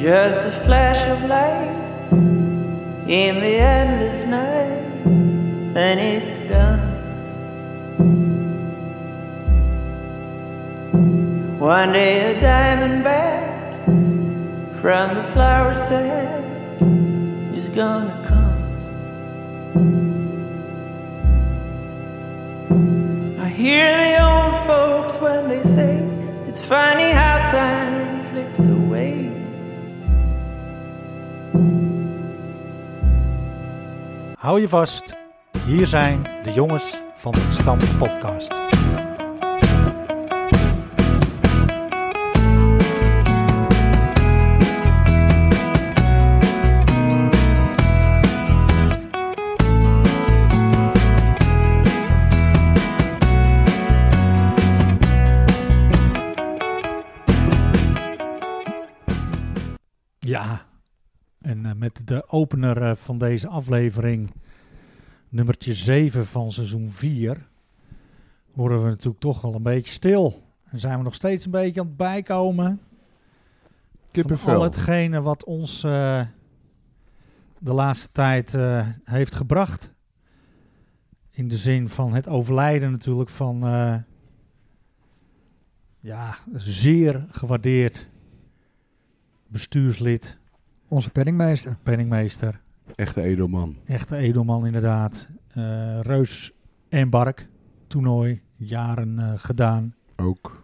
Just a flash of light in the endless night, and it's done. One day a diamond back from the flower set is gonna come. I hear the old folks when they say it's funny how time slips away. Hou je vast, hier zijn de jongens van de Stam Podcast. Ja, en eh, met de opener eh, van deze aflevering, nummertje 7 van seizoen 4, worden we natuurlijk toch wel een beetje stil. En zijn we nog steeds een beetje aan het bijkomen van al Kippenvel. hetgene wat ons eh, de laatste tijd eh, heeft gebracht. In de zin van het overlijden natuurlijk van eh, ja, zeer gewaardeerd bestuurslid Onze penningmeester. penningmeester. Echte edelman. Echte edelman inderdaad. Eh, Reus en Bark. Toernooi. Jaren eh, gedaan. Ook.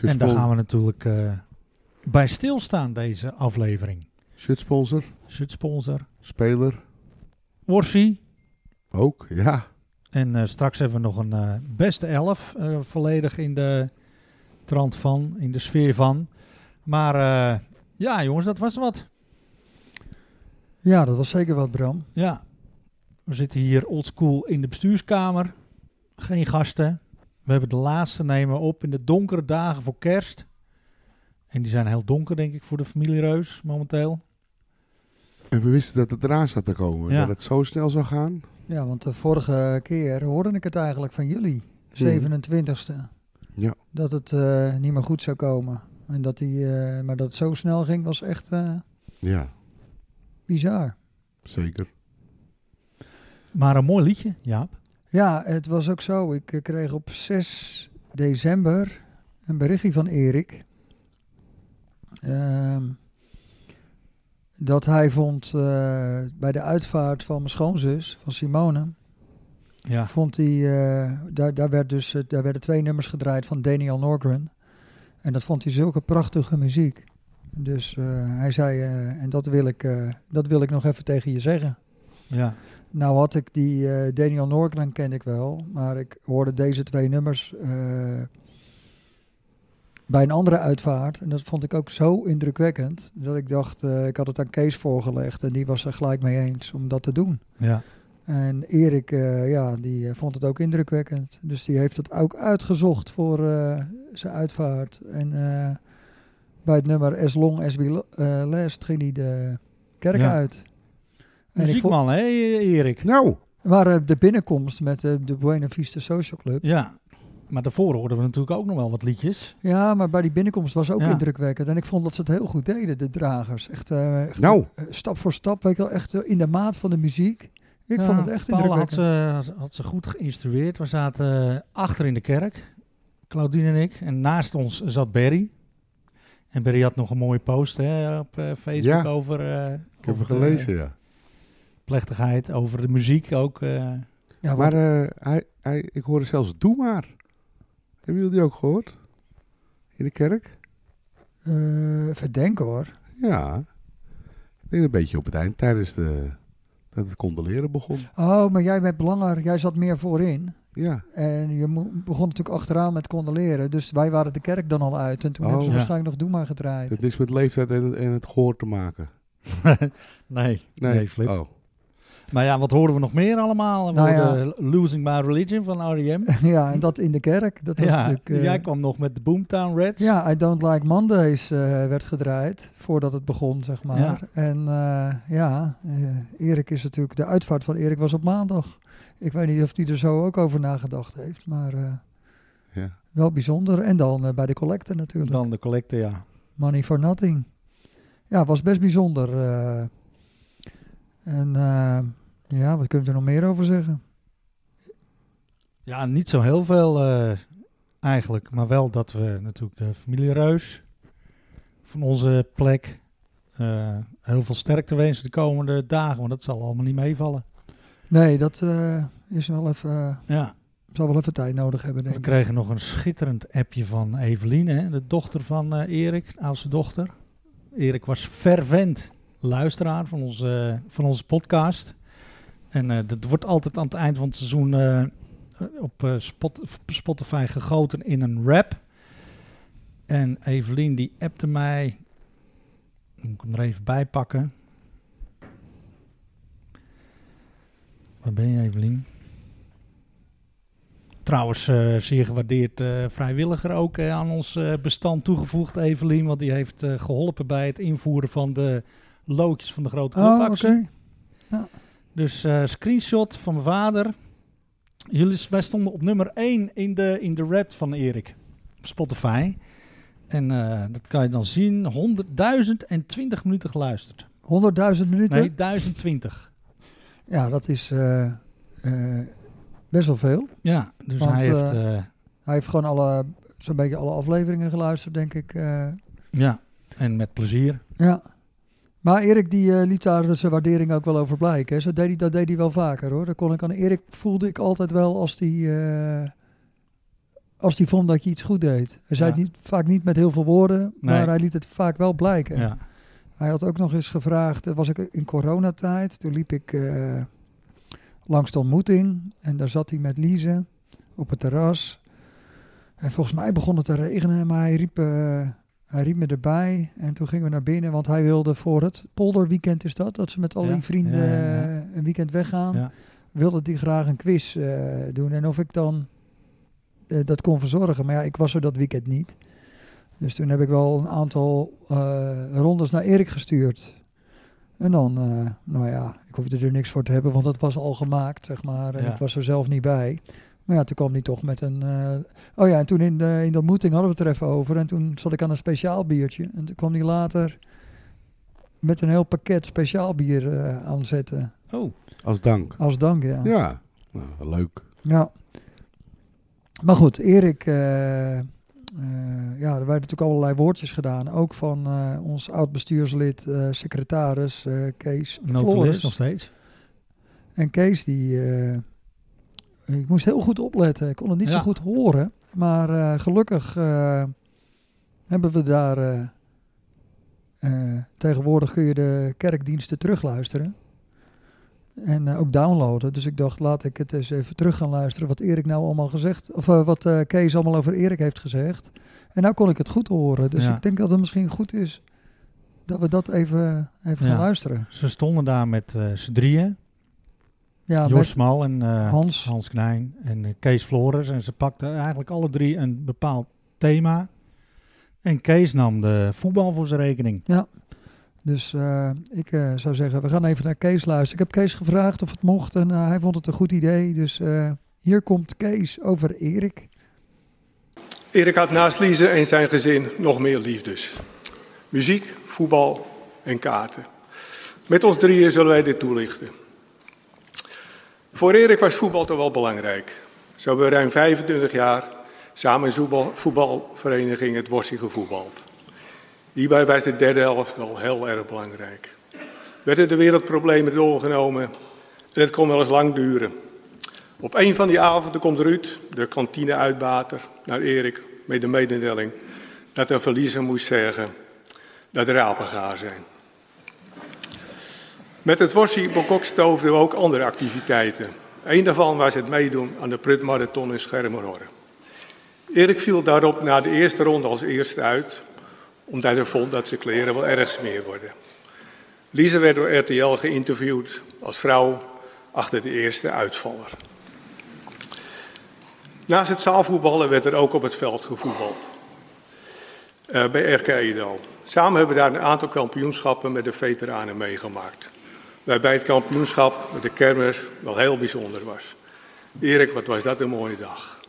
en daar gaan Shirtspon- we natuurlijk eh, bij stilstaan deze aflevering. Shirtsponsor. Shirtsponsor. Speler. Orsi. Ook. Ja. En eh, straks hebben we nog een eh, beste elf. eh, volledig in de trant van. In de sfeer van. Maar eh, ja jongens, dat was wat. Ja, dat was zeker wat, Bram. Ja, we zitten hier oldschool in de bestuurskamer. Geen gasten. We hebben de laatste nemen op in de donkere dagen voor kerst. En die zijn heel donker, denk ik, voor de familie Reus momenteel. En we wisten dat het eraan zat te komen. Ja. Dat het zo snel zou gaan. Ja, want de vorige keer hoorde ik het eigenlijk van jullie, 27ste, Ja. dat het eh, niet meer goed zou komen. En dat die, eh, maar dat het zo snel ging, was echt eh, Ja. bizar. Zeker. Maar een mooi liedje, Jaap. Ja, het was ook zo. Ik eh, kreeg op 6 december een berichtje van Erik. Ehm, dat hij vond eh, bij de uitvaart van mijn schoonzus, van Simone, Ja. vond hij, eh, daar, daar, werd dus, eh, daar werden twee nummers gedraaid van Daniel Norgren. En dat vond hij zulke prachtige muziek. Dus eh, hij zei, eh, en dat wil, ik, eh, dat wil ik nog even tegen je zeggen. ja. Nou had ik die eh, Daniel Norgren kende ik wel, maar ik hoorde deze twee nummers eh, bij een andere uitvaart. En dat vond ik ook zo indrukwekkend, dat ik dacht, eh, ik had het aan Kees voorgelegd en die was er gelijk mee eens om dat te doen. Ja. En Erik, eh, ja, die eh, vond het ook indrukwekkend. Dus die heeft het ook uitgezocht voor eh, zijn uitvaart. En eh, bij het nummer As Long As We Lo- eh, Last ging hij de kerk Ja. uit. En ik vond, Muziekman, hè, E-, Erik? Nou. waar eh, de binnenkomst met eh, de Buena Vista Social Club. Ja. Maar daarvoor hoorden we natuurlijk ook nog wel wat liedjes. Ja, maar bij die binnenkomst was ook Ja. indrukwekkend. En ik vond dat ze het heel goed deden, de dragers. Echt, eh, echt, Nou. eh, stap voor stap, weet je wel, echt eh, in de maat van de muziek. Ik Ja, vond het echt Paula had indrukwekkend. ze, had ze goed geïnstrueerd. We zaten eh, achter in de kerk, Claudine en ik. En naast ons zat Berry. En Berry had nog een mooie post hè, op eh, Facebook Ja. over, eh, Ik heb over het de gelezen, ja. plechtigheid, over de muziek ook. eh. Ja, Maar want- eh, hij, hij, ik hoorde zelfs Doe maar. Hebben jullie die ook gehoord? In de kerk? eh, even denken hoor. Ja. Ik denk een beetje op het eind tijdens de, dat het condoleren begon. Oh, maar jij bent belangrijk. Jij zat meer voorin. Ja. En je mo- begon natuurlijk achteraan met condoleren. Dus wij waren de kerk dan al uit. En toen Oh. hebben ze Ja. waarschijnlijk nog Doe maar Het gedraaid. heeft niks met leeftijd en, en het gehoor te maken. nee, nee, Nee. Flip. Oh. Maar ja, wat hoorden we nog meer allemaal? We Nou ja. hoorden Losing My Religion van R.E.M. ja, en dat in de kerk. Dat was Ja, natuurlijk... eh, jij kwam nog met de Boomtown Reds. ja, I Don't Like Mondays eh, werd gedraaid. Voordat het begon, zeg maar. Ja. En eh, ja, eh, Erik is natuurlijk... De uitvaart van Erik was op maandag. Ik weet niet of hij er zo ook over nagedacht heeft. Maar eh, Ja. wel bijzonder. En dan eh, bij de collecte natuurlijk. Dan de collecte, ja. Money for Nothing. ja, was best bijzonder. eh. en eh, ja, wat kun je er nog meer over zeggen? Ja, niet zo heel veel eh, eigenlijk. Maar wel dat we natuurlijk de familie Reus van onze plek eh, heel veel sterkte wensen de komende dagen. Want dat zal allemaal niet meevallen. Nee, dat eh, is wel even, eh, Ja. zal wel even tijd nodig hebben, denk We ik. kregen nog een schitterend appje van Evelien, hè, de dochter van eh, Erik, de oudste dochter. Erik was fervent luisteraar van onze, eh, van onze podcast. En eh, dat wordt altijd aan het eind van het seizoen eh, op eh, Spot- Spotify gegoten in een rap. En Evelien die appte mij. Moet ik hem er even bij pakken. Waar ben je, Evelien? Trouwens, eh, zeer gewaardeerd eh, vrijwilliger ook eh, aan ons eh, bestand toegevoegd, Evelien. Want die heeft eh, geholpen bij het invoeren van de loodjes van de grote Oh, oké. clubactie. Dus eh, screenshot van mijn vader. Jullie, wij stonden op nummer 1 in de, in de rap van Erik op Spotify. En eh, dat kan je dan zien. 100.020 minuten geluisterd. 100.000 minuten? Nee, 1020. Ja, dat is eh, eh, best wel veel. Ja, dus Want, hij heeft... eh, eh, Hij heeft gewoon alle, zo'n beetje alle afleveringen geluisterd, denk ik. eh. ja, en met plezier. ja. Maar Erik die eh, liet daar zijn waardering ook wel over blijken. Hè. Zo deed hij, dat deed hij wel vaker hoor. Dat kon ik aan Erik voelde ik altijd wel als die, eh, als die vond dat je iets goed deed. Hij zei Ja. het niet, vaak niet met heel veel woorden, maar Nee. hij liet het vaak wel blijken. Ja. Hij had ook nog eens gevraagd, dat was ik in coronatijd, toen liep ik eh, langs de ontmoeting en daar zat hij met Lize op het terras. En volgens mij begon het te regenen, maar hij riep, eh, hij riep me erbij en toen gingen we naar binnen, want hij wilde voor het polderweekend is dat, dat ze met al Ja, die vrienden ja, ja, ja. eh, een weekend weggaan, Ja. wilde hij graag een quiz eh, doen en of ik dan eh, dat kon verzorgen. Maar ja, ik was er dat weekend niet. Dus toen heb ik wel een aantal eh, rondes naar Erik gestuurd. En dan, eh, nou ja, ik hoefde er niks voor te hebben, want dat was al gemaakt, zeg maar. En Ja. ik was er zelf niet bij. Maar ja, toen kwam hij toch met een... eh, oh ja, en toen in de, in de ontmoeting hadden we het er even over. En toen zat ik aan een speciaal biertje. En toen kwam hij later met een heel pakket speciaal bier eh, aanzetten. Oh, Als dank. Als dank, ja. Ja, nou, leuk. Ja. Maar goed, Erik, eh, eh, ja, er werden natuurlijk allerlei woordjes gedaan. Ook van eh, ons oud-bestuurslid, eh, secretaris eh, Kees notulist nog Flores. steeds. En Kees, die, eh, ik moest heel goed opletten. Ik kon het niet Ja. zo goed horen. Maar eh, gelukkig eh, hebben we daar... eh, eh, tegenwoordig kun je de kerkdiensten terugluisteren. En eh, ook downloaden. Dus ik dacht, laat ik het eens even terug gaan luisteren. Wat Erik nou allemaal gezegd. Of eh, wat eh, Kees allemaal over Erik heeft gezegd. En nou kon ik het goed horen. Dus Ja. ik denk dat het misschien goed is. Dat we dat even, even Ja. gaan luisteren. Ze stonden daar met eh z'n drieën. Ja, Jos met Mal en eh, Hans. Hans Knijn en eh, Kees Flores. En ze pakten eigenlijk alle drie een bepaald thema. En Kees nam de voetbal voor zijn rekening. Dus eh, ik eh, zou zeggen, we gaan even naar Kees luisteren. Ik heb Kees gevraagd of het mocht en eh, hij vond het een goed idee. Dus eh, hier komt Kees over Erik. Erik had naast Lize en zijn gezin nog meer liefdes. Muziek, voetbal en kaarten. Met ons drieën zullen wij dit toelichten. Voor Erik was voetbal toch wel belangrijk. Zo hebben we ruim 25 jaar samen in zoetbal- voetbalvereniging het Worsie gevoetbald. Hierbij was de derde helft wel heel erg belangrijk. Werden de wereldproblemen doorgenomen en het kon wel eens lang duren. Op een van die avonden komt Ruud, de kantineuitbater, naar Erik met de mededeling dat een verliezer moest zeggen dat er apen gaar zijn. Met het Worsie Bokok stoofden we ook andere activiteiten. Een daarvan was het meedoen aan de Prutmarathon in Schermerhorn. Erik viel daarop na de eerste ronde als eerste uit, omdat hij vond dat zijn kleren wel erg smeer worden. Lise werd door RTL geïnterviewd als vrouw achter de eerste uitvaller. Naast het zaalvoetballen werd er ook op het veld gevoetbald. Eh, bij RK Edo. Samen hebben we daar een aantal kampioenschappen met de veteranen meegemaakt. Waarbij het kampioenschap met de kermis wel heel bijzonder was. Erik, wat was dat een mooie dag.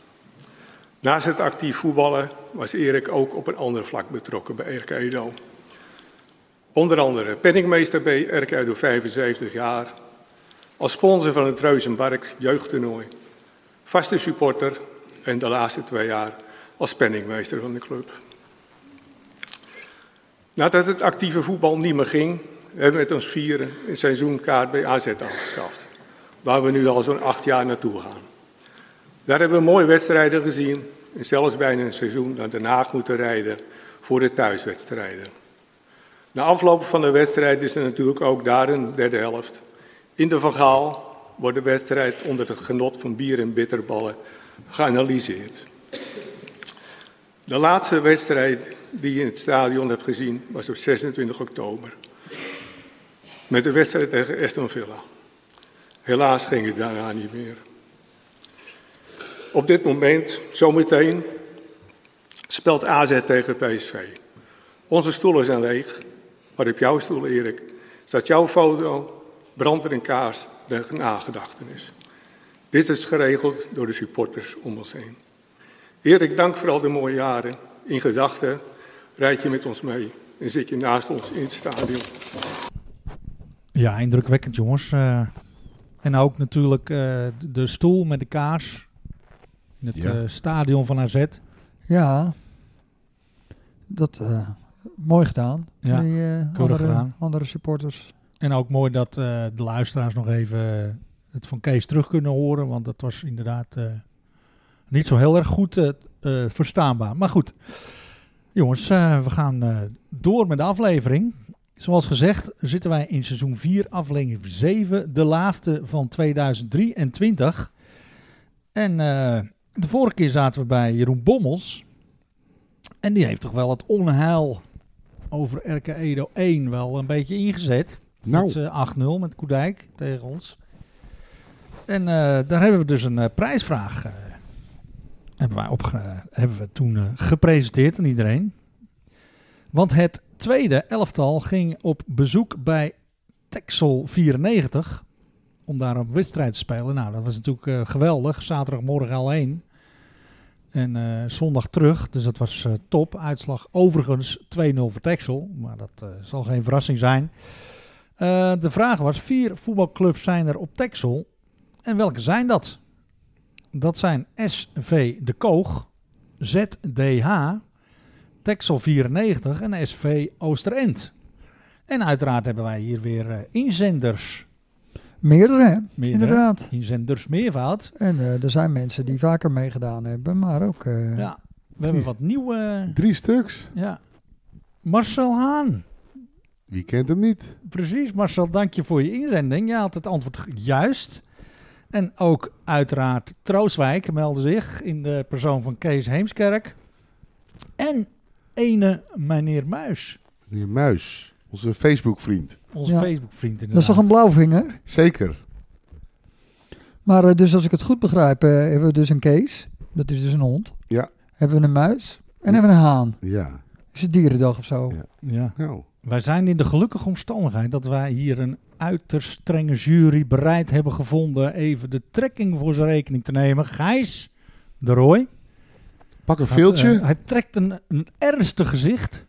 Naast het actief voetballen was Erik ook op een ander vlak betrokken bij RK Edo. Onder andere penningmeester bij RK door 75 jaar. Als sponsor van het Reuzenbark jeugdtoernooi. Vaste supporter en de laatste twee jaar als penningmeester van de club. Nadat het actieve voetbal niet meer ging, hebben we met ons vieren een seizoenkaart bij AZ aangeschaft. Waar we nu al zo'n acht jaar naartoe gaan. Daar hebben we mooie wedstrijden gezien en zelfs bijna een seizoen naar Den Haag moeten rijden voor de thuiswedstrijden. Na afloop van de wedstrijd is er natuurlijk ook daar een derde helft. In de verhaal wordt de wedstrijd onder het genot van bier en bitterballen geanalyseerd. De laatste wedstrijd die je in het stadion hebt gezien was op 26 oktober. Met de wedstrijd tegen Aston Villa. Helaas ging het daarna niet meer. Op dit moment, zometeen, speelt AZ tegen PSV. Onze stoelen zijn leeg, maar op jouw stoel, Erik, staat jouw foto, brandt er een kaars tegen nagedachtenis. Dit is geregeld door de supporters om ons heen. Erik, dank voor al de mooie jaren. In gedachten rijd je met ons mee en zit je naast ons in het stadion. Ja, indrukwekkend jongens. Eh, en ook natuurlijk eh, de stoel met de kaars in het Ja. eh, stadion van AZ. Ja, dat eh, mooi gedaan. Ja, die, eh, keurig andere, gedaan. andere supporters. En ook mooi dat eh, de luisteraars nog even eh, het van Kees terug kunnen horen. Want dat was inderdaad eh, niet zo heel erg goed eh, eh, verstaanbaar. Maar goed, jongens, eh, we gaan eh, door met de aflevering. Zoals gezegd zitten wij in seizoen 4, aflevering 7. De laatste van 2023. En eh, de vorige keer zaten we bij Jeroen Bommels. En die heeft toch wel het onheil over RK Edo 1 wel een beetje ingezet. Nou, Met eh, 8-0 met Koedijk tegen ons. En eh, daar hebben we dus een eh, prijsvraag. eh, hebben, wij opge- hebben we toen eh, gepresenteerd aan iedereen. Want het tweede elftal ging op bezoek bij Texel 94. Om daar een wedstrijd te spelen. Nou, dat was natuurlijk eh, geweldig. Zaterdagmorgen al heen. En eh, zondag terug. Dus dat was eh, top. Uitslag overigens 2-0 voor Texel. Maar dat eh, zal geen verrassing zijn. Eh, de vraag was: vier voetbalclubs zijn er op Texel. En welke zijn dat? Dat zijn SV De Koog, ZDH, Texel 94 en SV Oosterend. En uiteraard hebben wij hier weer eh, inzenders. Meerdere, hè? Meerdere. inderdaad. Inzenders meervoud. En eh, er zijn mensen die vaker meegedaan hebben, maar ook... eh, Ja, we hebben wat nieuwe. drie stuks. Ja. Marcel Haan. Wie kent hem niet? Precies, Marcel, dank je voor je inzending. Je had het antwoord ge- juist. En ook uiteraard Troostwijk meldde zich in de persoon van Kees Heemskerk. En ene meneer Muis, Meneer Muis, onze Facebook-vriend. onze Ja. Facebookvriend dat inderdaad. is toch een blauwvinger? Zeker. Maar eh, dus als ik het goed begrijp, eh, hebben we dus een Kees. Dat is dus een hond. Ja. Hebben we een muis. En Ja. hebben we een haan. Ja, Is het dierendag of zo? Ja. ja. nou. Wij zijn in de gelukkige omstandigheid dat wij hier een uiterst strenge jury bereid hebben gevonden even de trekking voor zijn rekening te nemen. Gijs de Roy. Pak een Had, veeltje. eh, hij trekt een, een ernstig gezicht.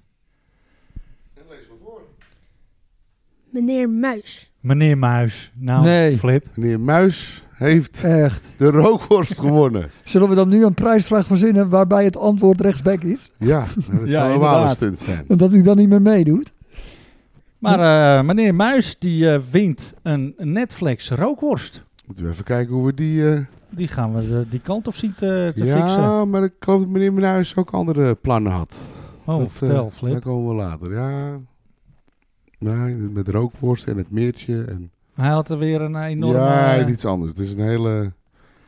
Meneer Muis. Meneer Muis, nou Nee. Flip. Meneer Muis heeft Eh. Echt. de rookworst gewonnen. Zullen we dan nu een prijsvraag verzinnen waarbij het antwoord rechtsback is? Ja, nou, dat Ja, zou normaal inderdaad. een stunt zijn. Omdat hij dan niet meer meedoet? Maar eh, meneer Muis die eh, wint een Netflix rookworst. Moeten we even kijken hoe we die... eh, Die gaan we eh, die kant op zien te, te ja, fixen. maar ik geloof dat meneer Muis ook andere plannen had. Oh, dat, eh, vertel Daar Flip. komen we later, ja. Nee, met rookworst en het meertje. En... Hij had er weer een enorme... Ja, eh, iets anders. Het is een hele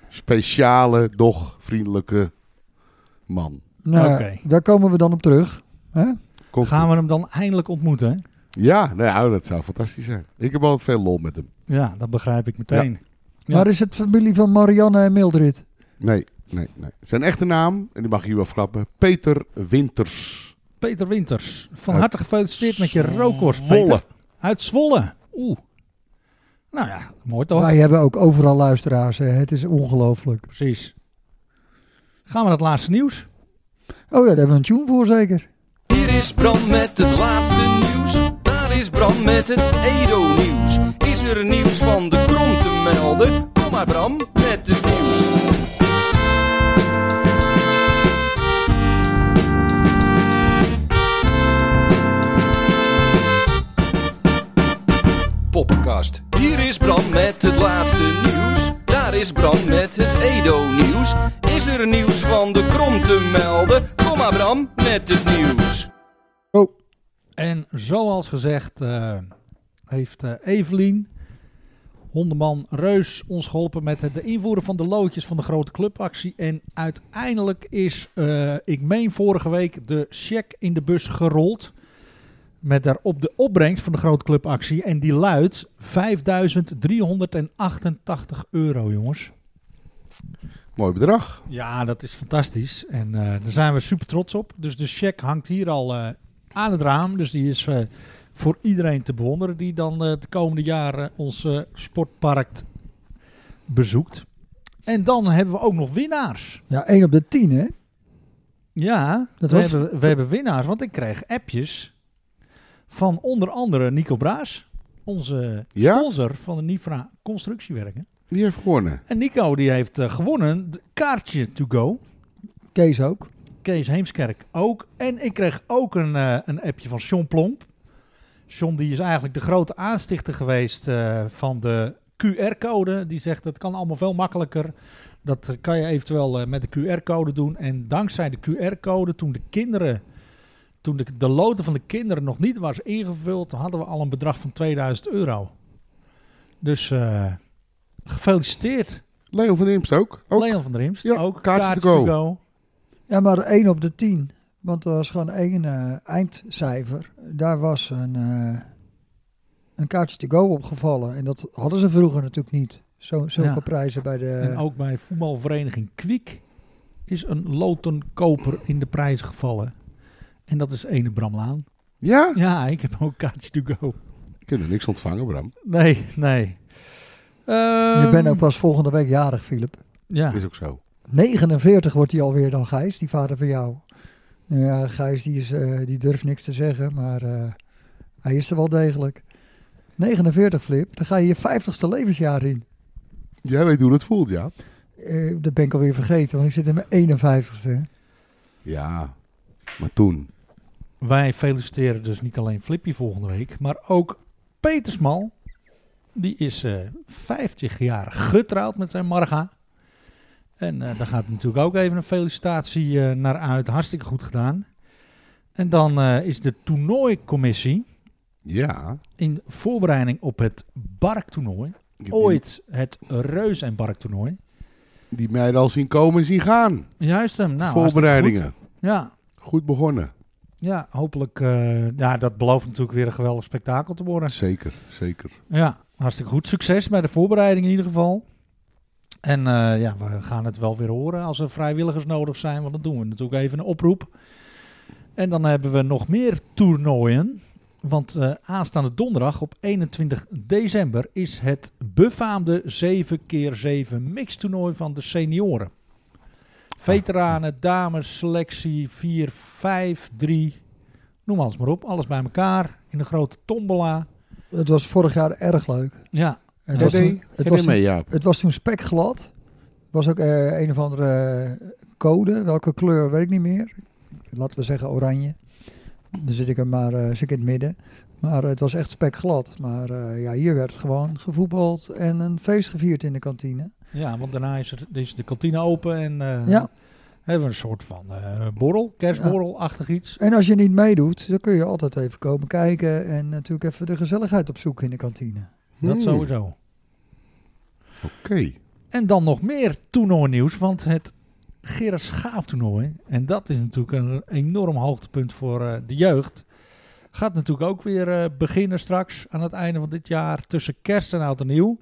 speciale, doch vriendelijke man. Nou, Oké. daar komen we dan op terug. Komt Gaan we hem dan eindelijk ontmoeten? hè? Ja, nou, dat zou fantastisch zijn. Ik heb altijd veel lol met hem. Ja, dat begrijp ik meteen. Ja. Waar is het familie van Marianne en Mildred? Nee, nee, nee. Zijn echte naam, en die mag je hier wel verklappen, Peter Winters. Peter Winters, van Uit harte gefeliciteerd met je rookworst. Zwolle. Peter. Uit Zwolle. Oeh. Nou ja, mooi toch? Wij hebben ook overal luisteraars. Hè. Het is ongelooflijk. Precies. Gaan we naar het laatste nieuws? Oh ja, daar hebben we een tune voor zeker. Hier is Bram met het laatste nieuws. Daar is Bram met het Edo-nieuws. Is er nieuws van de krom te melden? Kom maar Bram met het nieuws. Poppenkast. Hier is Bram met het laatste nieuws. Daar is Bram met het Edo-nieuws. Is er nieuws van de krom te melden? Kom maar Bram met het nieuws. En zoals gezegd eh, heeft eh, Evelien, hondenman Reus, ons geholpen met het de invoeren van de loodjes van de grote clubactie. En uiteindelijk is, eh, ik meen vorige week, de cheque in de bus gerold. Met daarop de opbrengst van de grote clubactie. En die luidt 5.388 euro, jongens. Mooi bedrag. Ja, dat is fantastisch. En eh, daar zijn we super trots op. Dus de cheque hangt hier al eh, aan het raam. Dus die is eh, voor iedereen te bewonderen die dan eh, de komende jaren ons eh, sportpark bezoekt. En dan hebben we ook nog winnaars. Ja, 1 op de 10, hè? Ja, Dat we, was- hebben, we hebben winnaars. Want ik kreeg appjes van onder andere Nico Braas. Onze Ja, sponsor van de Nifra Constructiewerken. die heeft gewonnen. En Nico die heeft eh, gewonnen het kaartje to go. Kees ook. Kees Heemskerk ook. En ik kreeg ook een, eh, een appje van Sean Plomp. Sean die is eigenlijk de grote aanstichter geweest eh, van de QR-code. Die zegt dat kan allemaal veel makkelijker. Dat eh, kan je eventueel eh, met de QR-code doen. En dankzij de QR-code, toen de kinderen... Toen de, de loten van de kinderen nog niet was ingevuld, hadden we al een bedrag van 2000 euro. Dus eh, gefeliciteerd. Leo van Imst ook. ook. Leon van der Imst, Ja, ook kaartje to kaartje go. to go. Ja, maar 1 op de 10. Want er was gewoon één eh, eindcijfer. Daar was een, eh een kaartje to go opgevallen. En dat hadden ze vroeger natuurlijk niet. Zo, zulke Ja. prijzen bij de... En ook bij voetbalvereniging Kwiek is een lotenkoper in de prijs gevallen. En dat is ene Bram Laan. Ja? Ja, ik heb ook kaartje to go. Ik heb er niks ontvangen, Bram. Nee, nee. Je Ehm, bent ook pas volgende week jarig, Philip. Ja, Is ook zo. 49 wordt hij alweer dan, Gijs, die vader van jou. Nou Ja, Gijs die, is, eh, die durft niks te zeggen, maar eh, hij is er wel degelijk. 49, Flip, dan ga je je 50ste levensjaar in. Jij weet hoe dat voelt, ja? Eh, dat ben ik alweer vergeten, want ik zit in mijn 51ste. Ja. Maar toen. wij feliciteren dus niet alleen Flippy volgende week, maar ook Petersmal. Die is eh 50 jaar getrouwd met zijn Marga. En eh, daar gaat natuurlijk ook even een felicitatie eh, naar uit. Hartstikke goed gedaan. En dan eh, is de toernooicommissie Ja. in voorbereiding op het barktoernooi. Ik heb Ooit het Reus en barktoernooi. Die, die meiden al zien komen en zien gaan. Juist hem. Nou, hartstikke Voorbereidingen. goed. Ja, Goed. begonnen. ja hopelijk. eh, ja, dat belooft natuurlijk weer een geweldig spektakel te worden. Zeker, zeker. Ja, hartstikke goed. Succes bij de voorbereiding in ieder geval. En eh, ja, we gaan het wel weer horen als er vrijwilligers nodig zijn. Want dan doen we natuurlijk even een oproep. En dan hebben we nog meer toernooien. Want eh, aanstaande donderdag op 21 december is het befaamde 7x7 mixtoernooi van de senioren. Veteranen, dames, selectie 4, 5, 3. Noem alles maar op. Alles bij elkaar in een grote tombola. Het was vorig jaar erg leuk. Ja, Het Jij was, deed- toen, jij het deed was, toen, mee, Jaap. het was toen spekglad. Er was ook eh, een of andere eh, code. Welke kleur weet ik niet meer. Laten we zeggen oranje. Dan zit ik er maar eh, zit ik in het midden. Maar het was echt spekglad. Maar eh, ja, hier werd gewoon gevoetbald en een feest gevierd in de kantine. Ja, want daarna is, er, is de kantine open en eh, Ja. hebben we een soort van eh, borrel, kerstborrel-achtig iets. En als je niet meedoet, dan kun je altijd even komen kijken. En natuurlijk even de gezelligheid opzoeken in de kantine. Dat Hmm, sowieso. Oké. En dan nog meer toernooinieuws, want het Gerard Schaap-toernooi, en dat is natuurlijk een enorm hoogtepunt voor eh, de jeugd, gaat natuurlijk ook weer eh, beginnen straks aan het einde van dit jaar tussen kerst en oud en nieuw.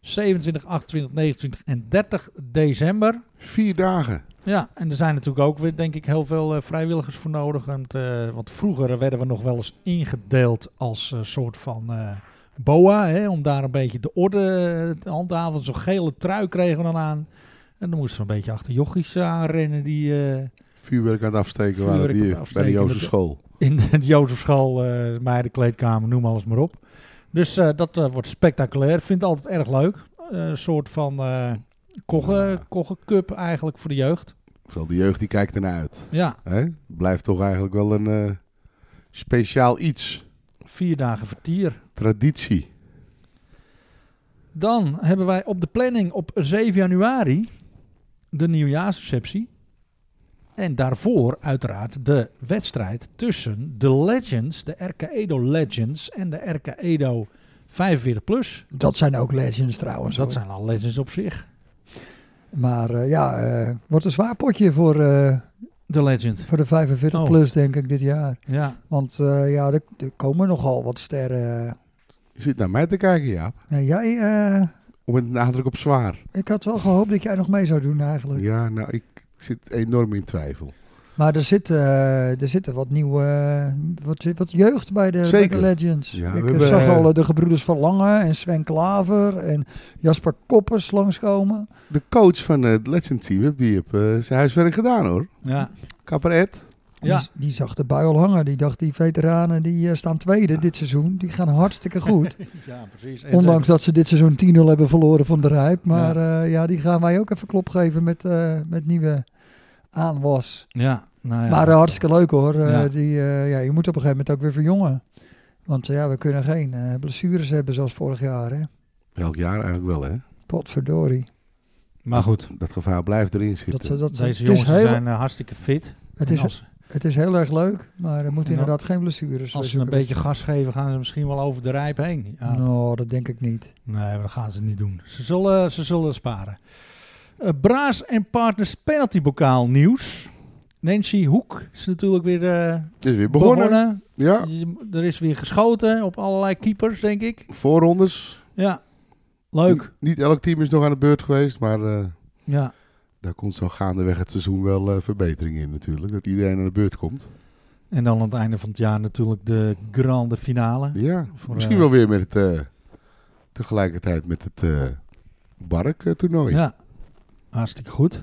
27, 28, 29 en 30 december. Vier dagen. Ja, en er zijn natuurlijk ook weer, denk ik, heel veel eh, vrijwilligers voor nodig. Want, eh, want vroeger werden we nog wel eens ingedeeld als eh, soort van eh, boa. Hè, om daar een beetje de orde eh, te handhaven. Zo'n gele trui kregen we dan aan. En dan moesten we een beetje achter jochies eh, aanrennen die eh, vuurwerk aan het afsteken Vuurwerk waren aan die het afsteken, bij de Joodse dat- school. in de Jozefschool, eh meidenkleedkamer, noem alles maar op. Dus eh, dat eh, wordt spectaculair. Vind het altijd erg leuk. Eh, Een soort van eh koggen, Ja. koggencup eigenlijk voor de jeugd. Vooral de jeugd die kijkt ernaar uit. Ja, Hè? Blijft toch eigenlijk wel een eh, speciaal iets. vier dagen vertier. Traditie. Dan hebben wij op de planning op 7 januari de nieuwjaarsreceptie. En daarvoor uiteraard de wedstrijd tussen de Legends, de RK Edo Legends en de RK Edo 45+. Plus. Dat zijn ook legends trouwens. Dat hoor. zijn al Legends op zich. Maar eh, ja, eh, wordt een zwaar potje voor, eh, De Legend, voor de 45 Oh. plus denk ik dit jaar. ja. Want eh, ja, er, er komen nogal wat sterren. Je zit naar mij te kijken, Jaap. Nee, jij, eh, Om met nadruk op zwaar. ik had wel gehoopt dat jij nog mee zou doen eigenlijk. Ja, nou, ik zit enorm in twijfel. Maar er zitten, er zitten wat nieuwe, eh, wat, zit- wat jeugd bij de, bij Zeker. de Legends. Ja, we ik hebben, zag eh, al eh, de gebroeders van Lange en Sven Klaver en Jasper Koppers langskomen. De coach van eh, het Legend Team, die heeft eh, zijn huiswerk gedaan hoor. ja. Kapper Ed. Ja. Die, die zag de bui al hangen. Die dacht, die veteranen die eh, staan tweede dit seizoen. Die gaan hartstikke goed. Ja, precies. Ondanks dat ze dit seizoen 10-0 hebben verloren van de Rijp. Maar ja. ja, die gaan wij ook even klop geven met, eh, met nieuwe aanwas. Ja, nou ja. maar eh, hartstikke leuk hoor. Eh, Ja. die, eh, ja, je moet op een gegeven moment ook weer verjongen. Want eh, ja, we kunnen geen eh, blessures hebben zoals vorig jaar. Hè? Elk jaar eigenlijk wel, hè? Potverdorie. maar goed, Dat gevaar blijft erin zitten. Dat, ze- dat, deze het, is jongens heel, zijn eh, hartstikke fit. het, En is, als, het is heel erg leuk, maar er moeten En inderdaad geen blessures eh, als ze een zoeken. beetje gas geven, gaan ze misschien wel over de rijp heen. Ja. Nou, dat denk ik niet. Nee, maar dat gaan ze niet doen. Ze zullen, ze zullen sparen. Eh, Braas en Partners penaltybokaal nieuws. Nancy Hoek is natuurlijk weer eh, Het is weer begonnen. begonnen. Ja, Je- Er is weer geschoten op allerlei keepers, denk ik. voorrondes. Ja, leuk. Niet, niet elk team is nog aan de beurt geweest, maar eh, Ja. daar komt zo gaandeweg het seizoen wel eh, verbetering in natuurlijk. Dat iedereen aan de beurt komt. En dan aan het einde van het jaar natuurlijk de grande finale. Ja, Voor, misschien eh, wel weer met het, eh, tegelijkertijd met het eh Bark-toernooi. Ja, hartstikke goed.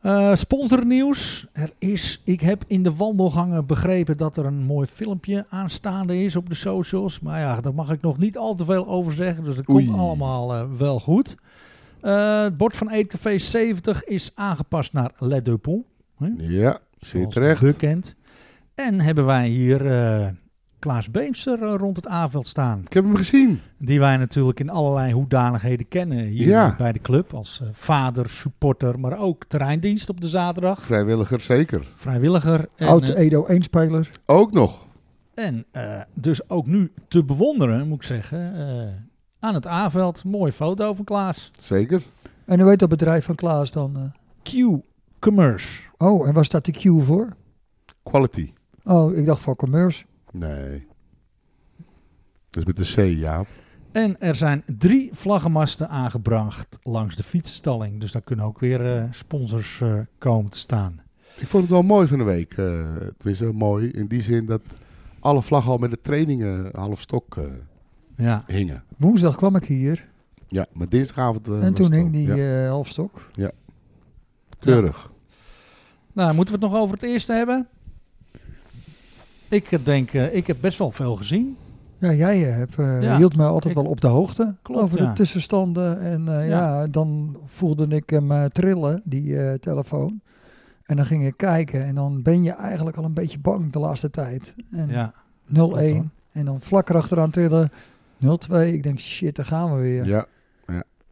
Eh, sponsornieuws. Er is, ik heb in de wandelgangen begrepen dat er een mooi filmpje aanstaande is op de socials. Maar ja, daar mag ik nog niet al te veel over zeggen. Dus dat Oei. komt allemaal eh, wel goed. Eh, het bord van Eetcafé 70 is aangepast naar Le Deux Ponts. Ja, zit zoals terecht. Bekend. En hebben wij hier eh, Klaas Beemster eh, rond het aanveld staan. Ik heb hem gezien. Die wij natuurlijk in allerlei hoedanigheden kennen hier Ja. bij de club. Als eh, vader, supporter, maar ook terreindienst op de zaterdag. Vrijwilliger zeker. Vrijwilliger. En, Oud eh, Edo 1-speler. Ook nog. en eh, dus ook nu te bewonderen, moet ik zeggen. eh, aan het A-veld. Mooie foto van Klaas. Zeker. En hoe heet dat bedrijf van Klaas dan? eh? Q Commerce. Oh, en waar staat de Q voor? Quality. Oh, ik dacht voor commerce. Nee. Dat is met de C, Jaap. En er zijn drie vlaggenmasten aangebracht langs de fietsstalling. Dus daar kunnen ook weer eh, sponsors eh, komen te staan. Ik vond het wel mooi van de week. eh het is wel mooi in die zin dat alle vlaggen al met de trainingen half stok eh, Ja. hingen. Woensdag kwam ik hier Ja, maar dinsdagavond eh, was en toen het hing al. die Ja, eh, halfstok. eh, keurig. Nou, moeten we het nog over het eerste hebben? Ik eh, denk, eh, ik heb best wel veel gezien. Ja, jij eh, hebt, eh, Ja. hield mij altijd Ik- wel op de hoogte Klopt, over ja. de tussenstanden. En eh, ja. dan voelde ik hem eh, trillen, die eh, telefoon. En dan ging ik kijken en dan ben je eigenlijk al een beetje bang de laatste tijd. En Ja, 0-1 klopt, hoor. en dan vlak erachteraan trillen. 0-2, ik denk shit, daar gaan we Ja. weer.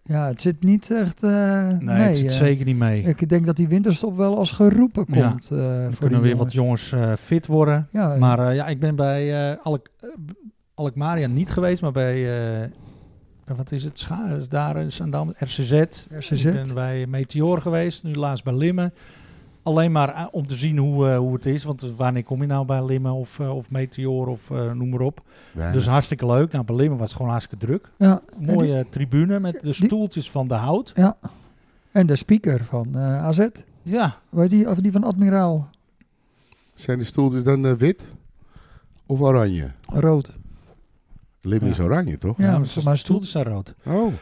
Ja, het zit niet echt... eh, nee, het zit eh, zeker niet mee. Ik denk dat die winterstop wel als geroepen Ja. komt. eh Er voor kunnen die weer wat jongens. jongens eh, fit worden. Ja, Maar eh, ja, ik ben bij eh Alk, eh, Alkmaria niet geweest, maar bij, eh, eh, wat is het, Scha daar in Zandam, RCZ. RCZ. Ik ben bij Meteor geweest, nu laatst bij Limmen. Alleen maar eh, om te zien hoe, eh, hoe het is, want wanneer kom je nou bij Limmen of, eh, of Meteor of eh, noem maar op. Wij- Dus hartstikke leuk. Nou, bij Limmen was het gewoon hartstikke druk. ja. en die- Mooie tribune met de die- stoeltjes van de hout. En de speaker van eh, AZ. Ja, Weet die, of die van Admiraal Zijn de stoeltjes dan eh, wit of oranje? Rood. Lim Ja. is oranje, toch? Ja, ja, maar maar mijn mijn stoel- stoeltjes zijn rood. Oh,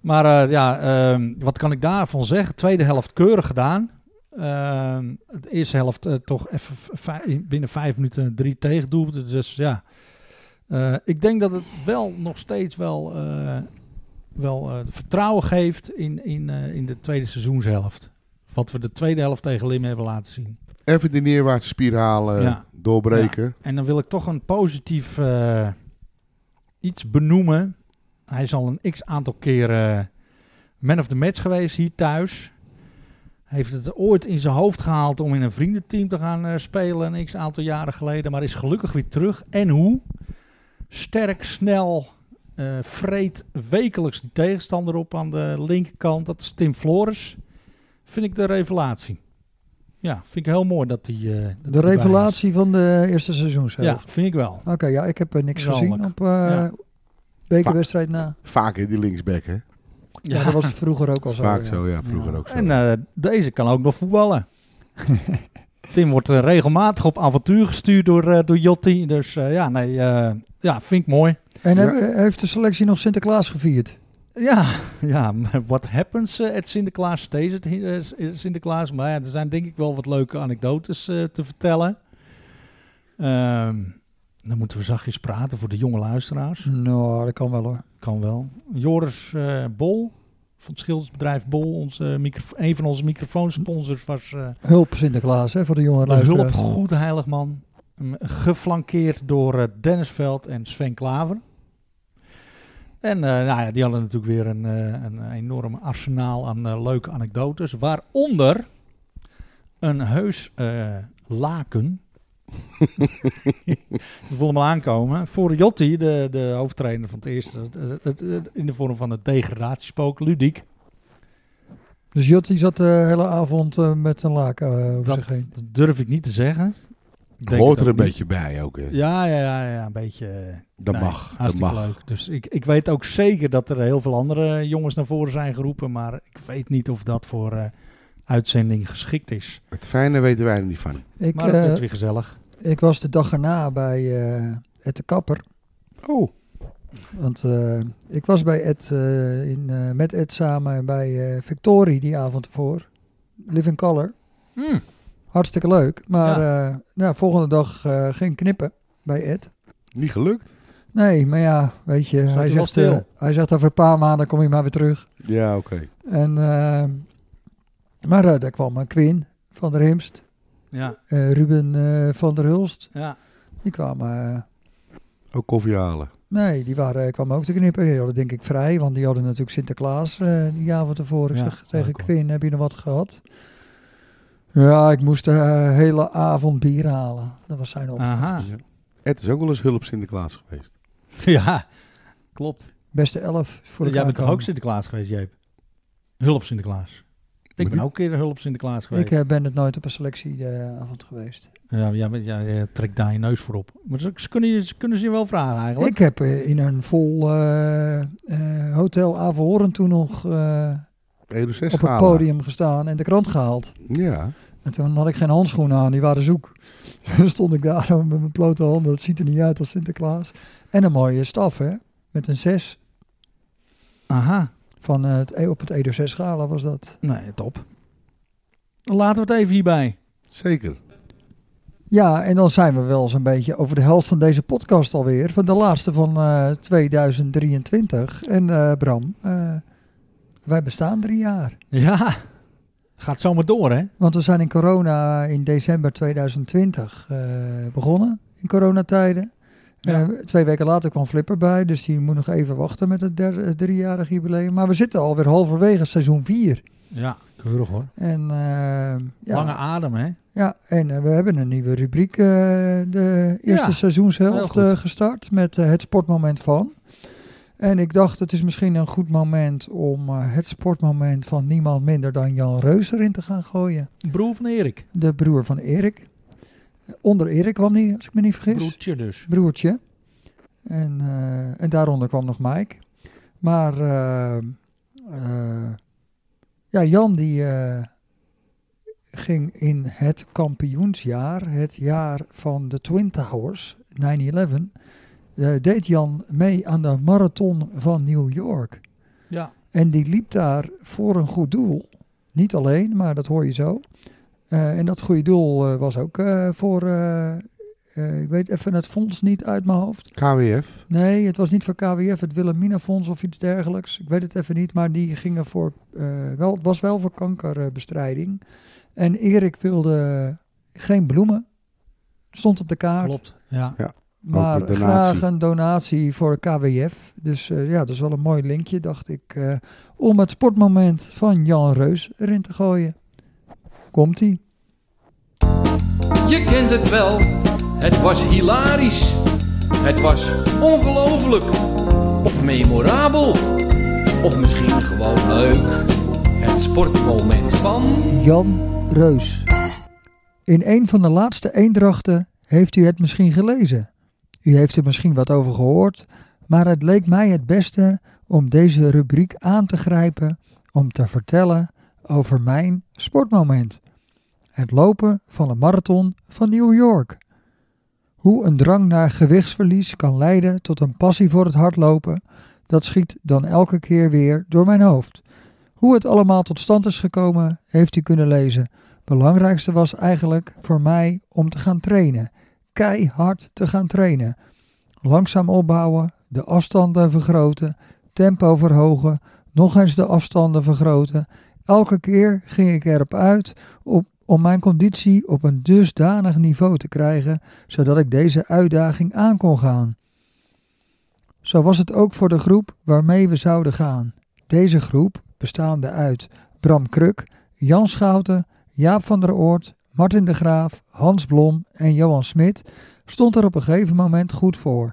Maar eh, ja, ehm, wat kan ik daarvan zeggen? Tweede helft keurig gedaan. Ehm, het eerste helft eh, toch even v- vij- binnen vijf minuten drie tegendoelpunten. Dus ja, Eh, ik denk dat het wel nog steeds wel, eh, wel eh, vertrouwen geeft in, in, eh, in de tweede seizoenshelft. Wat we de tweede helft tegen Lim hebben laten zien. Even die neerwaartse spiraal eh, Ja. doorbreken. En dan wil ik toch een positief eh, iets benoemen. Hij is al een x aantal keren man of the match geweest hier thuis. Heeft het ooit in zijn hoofd gehaald om in een vriendenteam te gaan eh, spelen een x aantal jaren geleden. Maar is gelukkig weer terug. En hoe? Sterk, snel, eh vreet wekelijks die tegenstander op aan de linkerkant. Dat is Tim Flores. Vind ik de revelatie. Ja, vind ik heel mooi dat hij... eh, dat hij De erbij is. revelatie van de eerste seizoenshelft. Ja, vind ik wel. Oké, ja, ik heb er niks Schandelijk. gezien op eh Ja. bekerwedstrijd na. Vaak in die linksback, hè? Ja. dat was vroeger ook al zo. Vaak ja. zo, ja. Vroeger Ja. ook zo. En eh, deze kan ook nog voetballen. Tim wordt eh, regelmatig op avontuur gestuurd door, eh, door Jotti. Dus eh, ja, nee, eh, ja, vind ik mooi. En Ja. hebben- eh, heeft de selectie nog Sinterklaas gevierd? Ja, ja maar what happens eh, at Sinterklaas stays at hi- eh, Sinterklaas. Maar ja, er zijn denk ik wel wat leuke anekdotes eh, te vertellen. Ehm, dan moeten we zachtjes praten voor de jonge luisteraars. Nou, dat kan wel hoor. Kan wel. Joris eh, Bol van het schildersbedrijf Bol, onze microfo- een van onze microfoonsponsors, was... eh, Hulp Sinterklaas, hè, voor de jonge De hulp luisteraars. goed heilig man. Mm, Geflankeerd door eh, Dennis Veld en Sven Klaver. En eh, nou ja, die hadden natuurlijk weer een, eh, een enorm arsenaal aan eh, leuke anekdotes. Waaronder een heus eh, laken. Je voelde hem al aankomen. Voor Jotti, de, de hoofdtrainer van het eerste, eh, het- het- het- in de vorm van het degradatiespook, ludiek. Dus Jotti zat de hele avond eh, met een laken eh, over Dat zich heen. durf ik niet te zeggen. Ik denk Hoort het er een ook niet. beetje bij ook, hè? Ja, ja, ja, ja, een beetje... eh, Dat Nee, mag. Dat Hartstikke mag. leuk. Dus ik, ik weet ook zeker dat er heel veel andere jongens naar voren zijn geroepen. Maar ik weet niet of dat voor eh, uitzending geschikt is. Het fijne weten wij er niet van. Ik, maar het eh, wordt weer gezellig. ik was de dag erna bij eh Ed de Kapper. Oh, Want eh, ik was bij Ed, eh, in, eh, met Ed samen bij eh Victorie die avond ervoor. Live in Color. Hmm. Hartstikke leuk. Maar eh, nou, volgende dag eh, ging knippen bij Ed. niet gelukt. Nee, maar ja, weet je, hij hij wel zegt, eh, stil? hij zegt over een paar maanden kom je maar weer terug. Ja, oké. En, eh, maar eh, daar kwam eh, Quinn van der Himst, Ja, eh, Ruben eh, van der Hulst. ja. Die kwamen, eh, Ook koffie halen. nee, die waren, eh, kwamen ook te knippen. Die hadden denk ik vrij, want die hadden natuurlijk Sinterklaas eh, die avond ervoor. Ik Ja, zeg tegen leuk hoor. Quinn, heb je nog wat gehad? Ja, ik moest de eh, hele avond bier halen. Dat was zijn op. Aha. Ed is ook wel eens hulp Sinterklaas geweest. Ja, klopt. Beste elf voor Jij bent toch ook elkaar Sinterklaas geweest, Jeep? Hulp Sinterklaas. Ik ben die- ook een keer hulp Sinterklaas komen. geweest. Ik eh, ben het nooit op een selectieavond geweest. ja, ja, maar ja, ja, trek daar je neus voor op. Maar ze, ze kunnen, je- ze kunnen ze je wel vragen eigenlijk. Ik heb eh, in een vol eh, eh, hotel Averhoorn toen nog eh, Edo 6 op het podium gestaan en de krant gehaald. Ja. En toen had ik geen handschoenen aan, die waren zoek. Toen stond ik daar met mijn blote handen, dat ziet er niet uit als Sinterklaas. En een mooie staf, hè? Met een 6 Aha. van eh, het, E- op het Edo 6 gala was dat. Nee, top. Laten we het even hierbij. Zeker. Ja, en dan zijn we wel zo'n beetje over de helft van deze podcast alweer. Van de laatste van eh, 2023. En eh, Bram, eh, wij bestaan drie jaar. Ja. Gaat zomaar door, hè? Want we zijn in corona in december 2020 eh, begonnen, in coronatijden. Ja. Eh, twee weken later kwam Flipper bij, dus die moet nog even wachten met het der- het driejarig jubileum. Maar we zitten alweer halverwege seizoen 4. Ja, keurig hoor. En, eh, ja, Lange adem, hè? ja, en eh, we hebben een nieuwe rubriek, eh, de eerste Ja, heel seizoenshelft goed. eh, gestart met eh, het sportmoment van. En ik dacht, het is misschien een goed moment om eh, het sportmoment van niemand minder dan Jan Reus erin te gaan gooien. Broer van Erik. De broer van Erik. Onder Erik kwam die, als ik me niet vergis. Broertje dus. Broertje. En, eh, en daaronder kwam nog Mike. Maar eh, eh, ja, Jan die eh, ging in het kampioensjaar, het jaar van de Twin Towers, 9-11, eh, deed Jan mee aan de marathon van New York. Ja. En die liep daar voor een goed doel. Niet alleen, maar dat hoor je zo. Eh, en dat goede doel eh, was ook eh, voor, eh, eh, ik weet even het fonds niet uit mijn hoofd. KWF. Nee, het was niet voor KWF, het Wilhelmina Fonds of iets dergelijks. Ik weet het even niet, maar die gingen voor, eh, wel, het was wel voor kankerbestrijding. En Erik wilde geen bloemen, stond op de kaart. Klopt. Ja. Maar Ook een donatie. graag een donatie voor KWF. Dus eh, ja, dat is wel een mooi linkje, dacht ik. eh, om het sportmoment van Jan Reus erin te gooien. Komt-ie. Je kent het wel, het was hilarisch. Het was ongelooflijk. Of memorabel. Of misschien gewoon leuk. Het sportmoment van. Jan Reus. In een van de laatste eendrachten heeft u het misschien gelezen. U heeft er misschien wat over gehoord, maar het leek mij het beste om deze rubriek aan te grijpen om te vertellen over mijn sportmoment. Het lopen van een marathon van New York. Hoe een drang naar gewichtsverlies kan leiden tot een passie voor het hardlopen, dat schiet dan elke keer weer door mijn hoofd. Hoe het allemaal tot stand is gekomen, heeft u kunnen lezen. Belangrijkste was eigenlijk voor mij om te gaan trainen. Keihard te gaan trainen. Langzaam opbouwen, de afstanden vergroten, tempo verhogen, nog eens de afstanden vergroten. Elke keer ging ik erop uit op- om mijn conditie op een dusdanig niveau te krijgen, zodat ik deze uitdaging aan kon gaan. Zo was het ook voor de groep waarmee we zouden gaan. Deze groep, bestaande uit Bram Kruk, Jan Schouten, Jaap van der Oort, Martin de Graaf, Hans Blom en Johan Smit, stond er op een gegeven moment goed voor.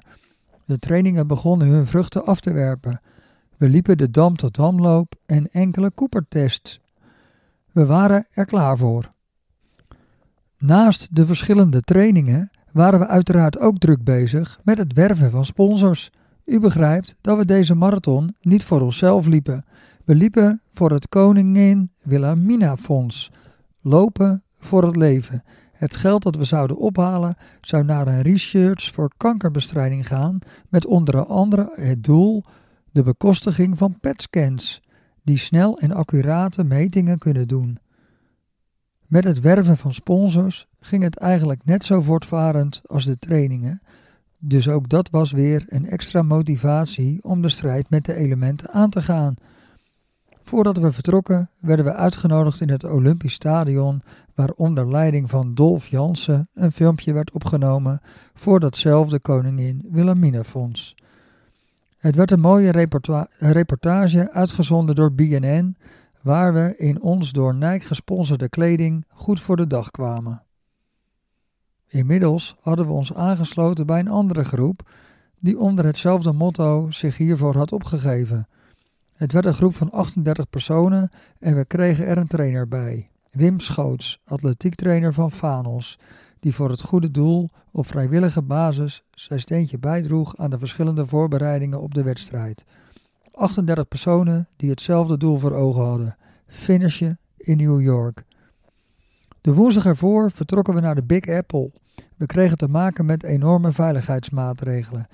De trainingen begonnen hun vruchten af te werpen. We liepen de dam tot damloop en enkele Coopertests. We waren er klaar voor. Naast de verschillende trainingen waren we uiteraard ook druk bezig met het werven van sponsors. U begrijpt dat we deze marathon niet voor onszelf liepen. We liepen voor het Koningin Wilhelmina Fonds. Lopen voor het leven. Het geld dat we zouden ophalen zou naar een research voor kankerbestrijding gaan, met onder andere het doel de bekostiging van PET-scans, die snel en accurate metingen kunnen doen. Met het werven van sponsors ging het eigenlijk net zo voortvarend als de trainingen, dus ook dat was weer een extra motivatie om de strijd met de elementen aan te gaan. Voordat we vertrokken, werden we uitgenodigd in het Olympisch Stadion, waar onder leiding van Dolf Jansen een filmpje werd opgenomen voor datzelfde Koningin Wilhelmina Fonds. Het werd een mooie reportwa- reportage uitgezonden door BNN, waar we in ons door Nike gesponsorde kleding goed voor de dag kwamen. Inmiddels hadden we ons aangesloten bij een andere groep die onder hetzelfde motto zich hiervoor had opgegeven. Het werd een groep van 38 personen en we kregen er een trainer bij. Wim Schoots, atletiektrainer van Fanos, die voor het goede doel op vrijwillige basis zijn steentje bijdroeg aan de verschillende voorbereidingen op de wedstrijd. 38 personen die hetzelfde doel voor ogen hadden: finishen in New York. De woensdag ervoor vertrokken we naar de Big Apple. We kregen te maken met enorme veiligheidsmaatregelen.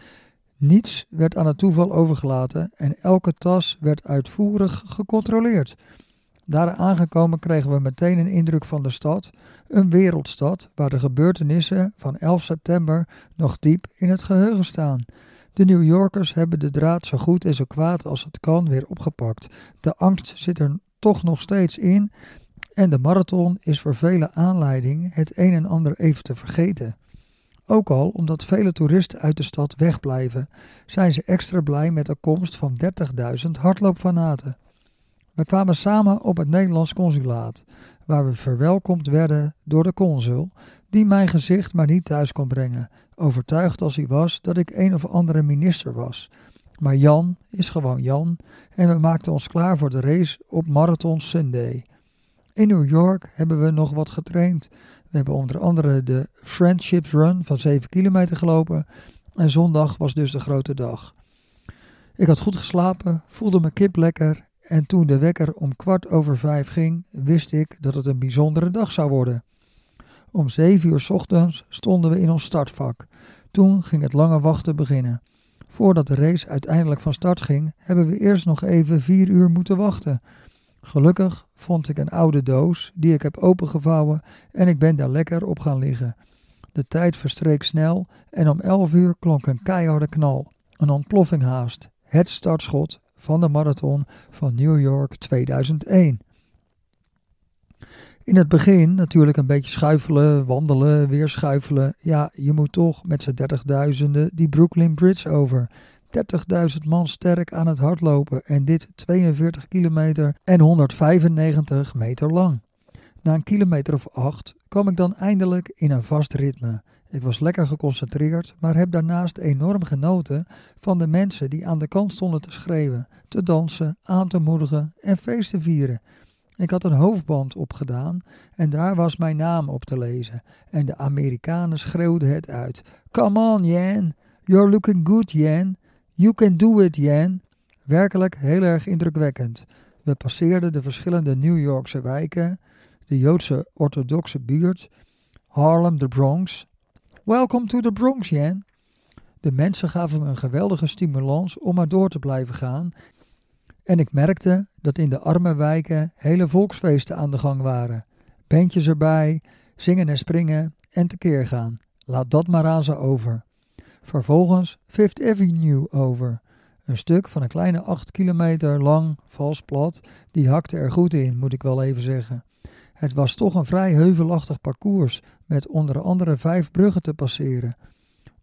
Niets werd aan het toeval overgelaten en elke tas werd uitvoerig gecontroleerd. Daar aangekomen kregen we meteen een indruk van de stad, een wereldstad waar de gebeurtenissen van 11 september nog diep in het geheugen staan. De New Yorkers hebben de draad zo goed en zo kwaad als het kan weer opgepakt. De angst zit er toch nog steeds in en de marathon is voor vele aanleiding het een en ander even te vergeten. Ook al omdat vele toeristen uit de stad wegblijven, zijn ze extra blij met de komst van 30.000 hardloopfanaten. We kwamen samen op het Nederlands consulaat, waar we verwelkomd werden door de consul, die mijn gezicht maar niet thuis kon brengen, overtuigd als hij was dat ik een of andere minister was. Maar Jan is gewoon Jan en we maakten ons klaar voor de race op Marathon Sunday. In New York hebben we nog wat getraind. We hebben onder andere de Friendships Run van 7 kilometer gelopen. En zondag was dus de grote dag. Ik had goed geslapen, voelde mijn kip lekker. En toen de wekker om kwart over vijf ging, wist ik dat het een bijzondere dag zou worden. Om zeven uur 's ochtends stonden we in ons startvak. Toen ging het lange wachten beginnen. Voordat de race uiteindelijk van start ging, hebben we eerst nog even vier uur moeten wachten. Gelukkig vond ik een oude doos die ik heb opengevouwen en ik ben daar lekker op gaan liggen. De tijd verstreek snel en om 11 uur klonk een keiharde knal. Een ontploffing haast. Het startschot van de marathon van New York 2001. In het begin natuurlijk een beetje schuifelen, wandelen, weer schuifelen. Ja, je moet toch met z'n 30.000 die Brooklyn Bridge over. 30.000 man sterk aan het hardlopen en dit 42 kilometer en 195 meter lang. Na een kilometer of acht kwam ik dan eindelijk in een vast ritme. Ik was lekker geconcentreerd, maar heb daarnaast enorm genoten van de mensen die aan de kant stonden te schreeuwen, te dansen, aan te moedigen en feest te vieren. Ik had een hoofdband opgedaan en daar was mijn naam op te lezen. En de Amerikanen schreeuwden het uit. Come on, Jan! You're looking good, Jan! You can do it, Jan! Werkelijk heel erg indrukwekkend. We passeerden de verschillende New Yorkse wijken, de Joodse orthodoxe buurt, Harlem, de Bronx. Welcome to the Bronx, Jan! De mensen gaven me een geweldige stimulans om maar door te blijven gaan en ik merkte dat in de arme wijken hele volksfeesten aan de gang waren. Bandjes erbij, zingen en springen en tekeer gaan. Laat dat maar aan ze over. Vervolgens Fifth Avenue over. Een stuk van een kleine 8 kilometer lang, vals plat, die hakte er goed in, moet ik wel even zeggen. Het was toch een vrij heuvelachtig parcours, met onder andere vijf bruggen te passeren.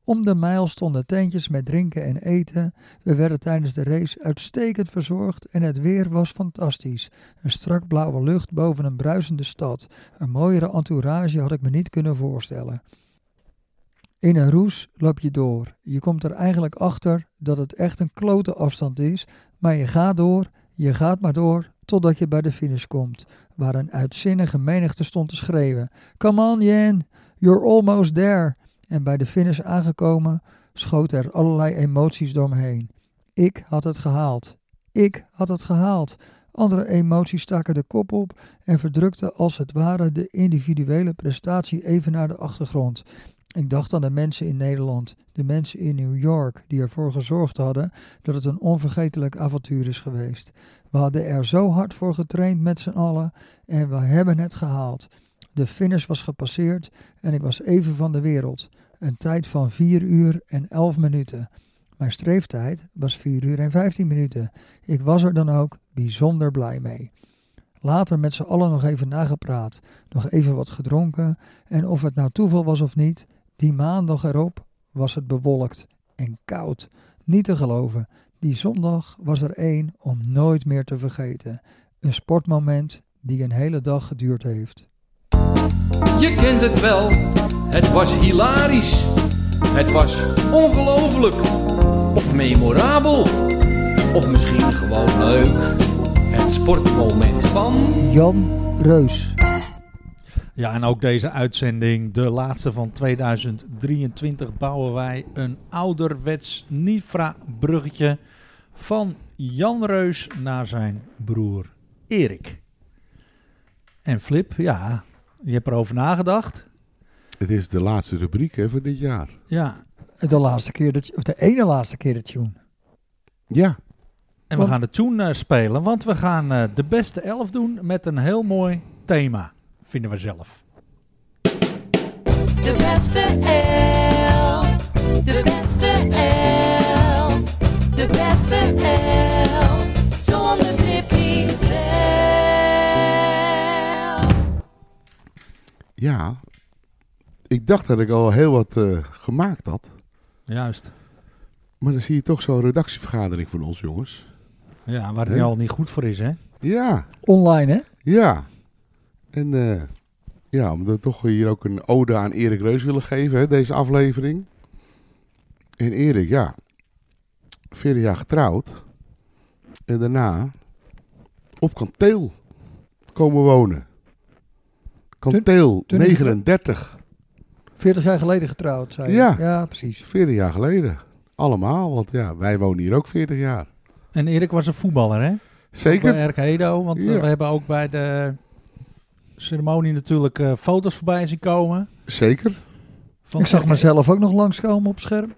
Om de mijl stonden tentjes met drinken en eten. We werden tijdens de race uitstekend verzorgd en het weer was fantastisch. Een strak blauwe lucht boven een bruisende stad. Een mooiere entourage had ik me niet kunnen voorstellen. In een roes loop je door. Je komt er eigenlijk achter dat het echt een klote afstand is, maar je gaat door, je gaat maar door totdat je bij de finish komt, waar een uitzinnige menigte stond te schreeuwen: Come on, Jan, you're almost there! en bij de finish aangekomen schoten er allerlei emoties door me heen. Ik had het gehaald. Ik had het gehaald. Andere emoties staken de kop op en verdrukten als het ware de individuele prestatie even naar de achtergrond. Ik dacht aan de mensen in Nederland, de mensen in New York, die ervoor gezorgd hadden dat het een onvergetelijk avontuur is geweest. We hadden er zo hard voor getraind met z'n allen en we hebben het gehaald. De finish was gepasseerd en ik was even van de wereld. Een tijd van 4 uur en 11 minuten. Mijn streeftijd was 4 uur en 15 minuten. Ik was er dan ook bijzonder blij mee. Later met z'n allen nog even nagepraat, nog even wat gedronken en of het nou toeval was of niet, die maandag erop was het bewolkt en koud. Niet te geloven, die zondag was er één om nooit meer te vergeten. Een sportmoment die een hele dag geduurd heeft. Je kent het wel, het was hilarisch. Het was ongelooflijk. Of memorabel. Of misschien gewoon leuk. Het sportmoment van. Jan Reus. Ja, en ook deze uitzending, de laatste van 2023, bouwen wij een ouderwets Nifra-bruggetje van Jan Reus naar zijn broer Erik. En Flip, ja, je hebt erover nagedacht. Het is de laatste rubriek hè, van dit jaar. Ja, De laatste keer, dat, of de ene laatste keer de tune. Ja, en we Want- gaan de tune eh, spelen, want we gaan eh, de beste elf doen met een heel mooi thema, vinden we zelf. De beste elf. De beste elf. De beste elf. Zonder Tippy zelf. ja. Ik dacht dat ik al heel wat eh, gemaakt had. Juist. Maar dan zie je toch zo'n redactievergadering van ons, jongens. Ja, waar het Hè? nu al niet goed voor is, hè? Ja, Online, hè? ja. En eh, ja, omdat we toch hier ook een ode aan Erik Reus willen geven, hè, deze aflevering. En Erik, ja. 40 jaar getrouwd. En daarna op kanteel komen wonen. Kanteel, toen hij 39. 40 jaar geleden getrouwd, zei je. Ja. ja, precies. 40 jaar geleden. Allemaal, want ja, wij wonen hier ook 40 jaar. En Erik was een voetballer, hè? Zeker. Bij RK Edo, want eh, Ja. we hebben ook bij de ceremonie natuurlijk eh, foto's voorbij zien komen. Zeker. Van ik zag RK mezelf ook nog langskomen op scherm.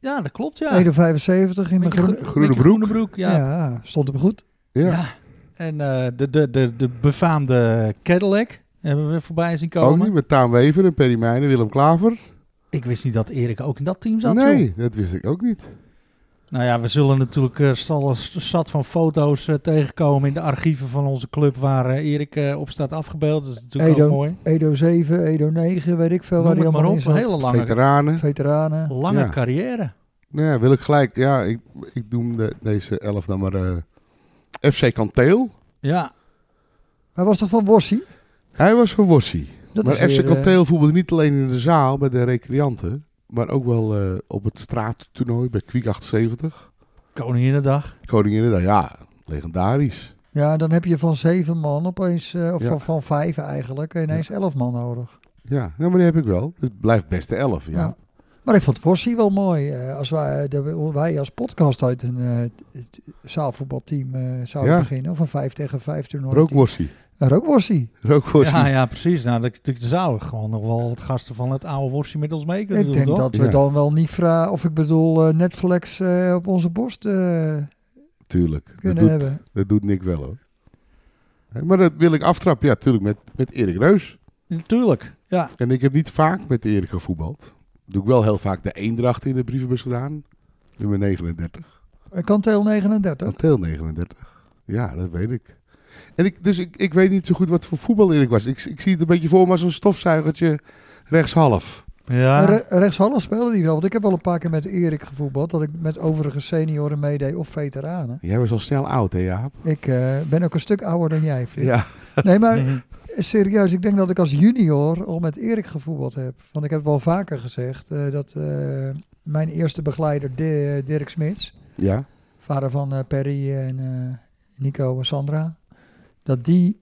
Ja, dat klopt, ja. 1,75 in mijn Beetje groe- groen. groene beetje broek. groene broek, ja. Ja. stond hem goed. Ja. Ja. En eh, de, de, de, de befaamde Cadillac hebben we voorbij zien Ook komen. niet met Taan Wever en Perry Meijnen, Willem Klaver. Ik wist niet dat Erik ook in dat team zat. joh. nee, dat wist ik ook niet. Nou ja, we zullen natuurlijk eh, stallen s- zat van foto's eh, tegenkomen in de archieven van onze club waar eh, Erik eh, op staat afgebeeld. Dat is natuurlijk Edo. ook mooi. Edo 7, Edo 9, weet ik veel waar Noem die het maar allemaal op, in een zat. hele lange, Veteranen. Veteranen. lange Ja. carrière. Nou ja, wil ik gelijk. Ja, ik, ik noem de- deze elf dan maar eh, FC Kanteel. Ja, Hij was toch van Worsie? Hij was van Worsie. Dat maar is weer, FC eh, Kanteel voetbalde niet alleen in de zaal bij de recreanten, maar ook wel eh, op het straattoernooi bij Kwiek 78. Koninginnedag. Koninginnedag, ja, legendarisch. ja, dan heb je van zeven man opeens, eh, of Ja. van, van vijf eigenlijk, ineens elf man nodig. Ja, ja, maar die heb ik wel. Het blijft best de elf, ja. Ja. Maar ik vond Worsie wel mooi. eh, als wij, de- wij als podcast uit een eh, t- zaalvoetbalteam eh, zouden Ja. beginnen, of een vijf tegen vijf toernooi. Maar ook Worsie. Er ook Worsie. Rookworsie. Ja, ja, precies. Nou, dat, dat zouden gewoon nog wel wat gasten van het oude worstje met ons mee kunnen Ik doen, denk toch? dat we Ja. dan wel niet vragen, of ik bedoel eh, Netflix eh, op onze borst eh, Tuurlijk. Dat kunnen doet, hebben. dat doet Nick wel hoor. Hé, Maar dat wil ik aftrappen, ja, tuurlijk, met, met Erik Reus. Natuurlijk, ja. En ik heb niet vaak met Erik gevoetbald. Doe ik wel heel vaak de Eendracht in de brievenbus gedaan. Nummer 39. Eh, Kanteel 39. Kanteel 39. Ja, dat weet ik. En ik, dus ik, ik weet niet zo goed wat voor voetbal Erik was. Ik, ik zie het een beetje voor me als een stofzuigertje rechtshalf. Ja, Maar Re rechtshalf speelde die wel. Want ik heb wel een paar keer met Erik gevoetbald. Dat ik met overige senioren meedeed of veteranen. Jij was al snel oud, hè Jaap? Ik eh, ben ook een stuk ouder dan jij, Flip. Nee, maar Nee. serieus. Ik denk dat ik als junior al met Erik gevoetbald heb. Want ik heb wel vaker gezegd eh, dat eh, mijn eerste begeleider Di- Dirk Smits... Ja. vader van eh, Perry en eh, Nico en Sandra, dat die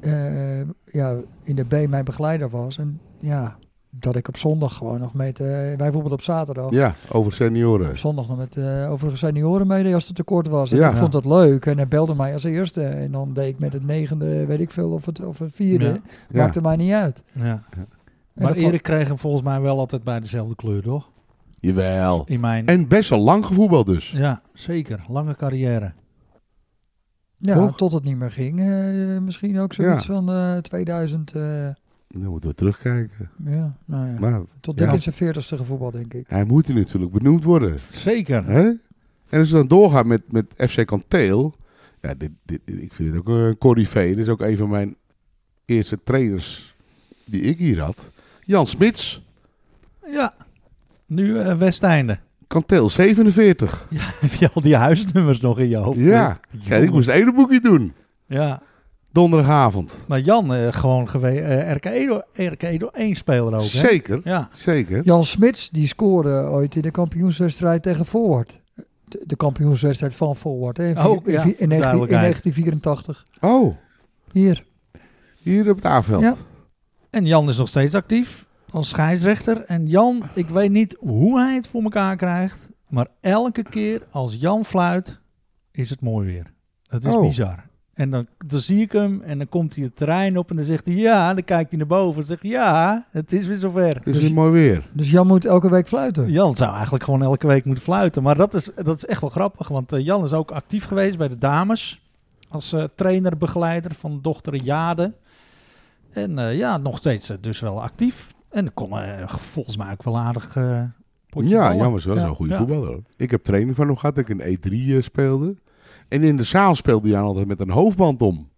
eh, ja, in de B mijn begeleider was. En ja, dat ik op zondag gewoon nog met, eh wij bijvoorbeeld op zaterdag, ja, over op senioren. zondag nog met eh overige senioren meedeed als het tekort was. En Ja. ik vond dat leuk en hij belde mij als eerste. En dan deed ik met het negende, weet ik veel, of het, of het vierde, Ja. Ja. maakte mij niet uit. ja. En Maar dat vond- Erik kreeg hem volgens mij wel altijd bij dezelfde kleur, toch? Jawel. In mijn... En best wel lang gevoetbald dus. Ja, zeker. Lange carrière. ja, toch? tot het niet meer ging. eh, misschien ook zoiets van eh, 2000, eh, Dan moeten we terugkijken. ja, nou ja. Maar tot ja. dik in zijn veertigste gevoetbal, denk ik. hij moet hier natuurlijk benoemd worden. Zeker. Hè? En als we dan doorgaan met, met FC Kanteel. Ja, dit, dit, dit- ik vind het ook een corrivee. Dit is ook een van mijn eerste trainers die ik hier had. Jan Smits, Ja. Nu eh, Westeinde. Kanteel 47. Heb je al die huisnummers nog in je hoofd? ja. ja, ik moest het ene boekje doen. Ja, Donderdagavond. maar Jan eh, gewoon geweest. RK Edo, RK Edo 1 speler ook, hè? Zeker, Ja, zeker. Jan Smits die scoorde ooit in de kampioenswedstrijd tegen Forward. De, de kampioenswedstrijd van Forward hè, in, Oh, vier- in ja, vier- in, 19 in duidelijkheid. 1984. Oh, Hier. hier op het aanveld. Ja. En Jan is nog steeds actief als scheidsrechter. En Jan, ik weet niet hoe hij het voor elkaar krijgt. Maar elke keer als Jan fluit, is het mooi weer. Dat is Oh. bizar. En dan, dan zie ik hem en dan komt hij het terrein op en dan zegt hij ja. En dan kijkt hij naar boven en zegt ja, het is weer zover. Het is Dus weer mooi weer. Dus Jan moet elke week fluiten. Jan zou eigenlijk gewoon elke week moeten fluiten. Maar dat is, dat is echt wel grappig. Want eh, Jan is ook actief geweest bij de dames. Als eh, trainer, begeleider van dochter Jade. En eh, ja, nog steeds eh, dus wel actief. En kon eh, volgens mij ook wel aardig eh potje Ja, ballen. Jan was wel Ja, zo'n goede ja. voetballer. hoor. Ik heb training van hem gehad dat ik een E3 eh, speelde. En in de zaal speelde hij dan altijd met een hoofdband om.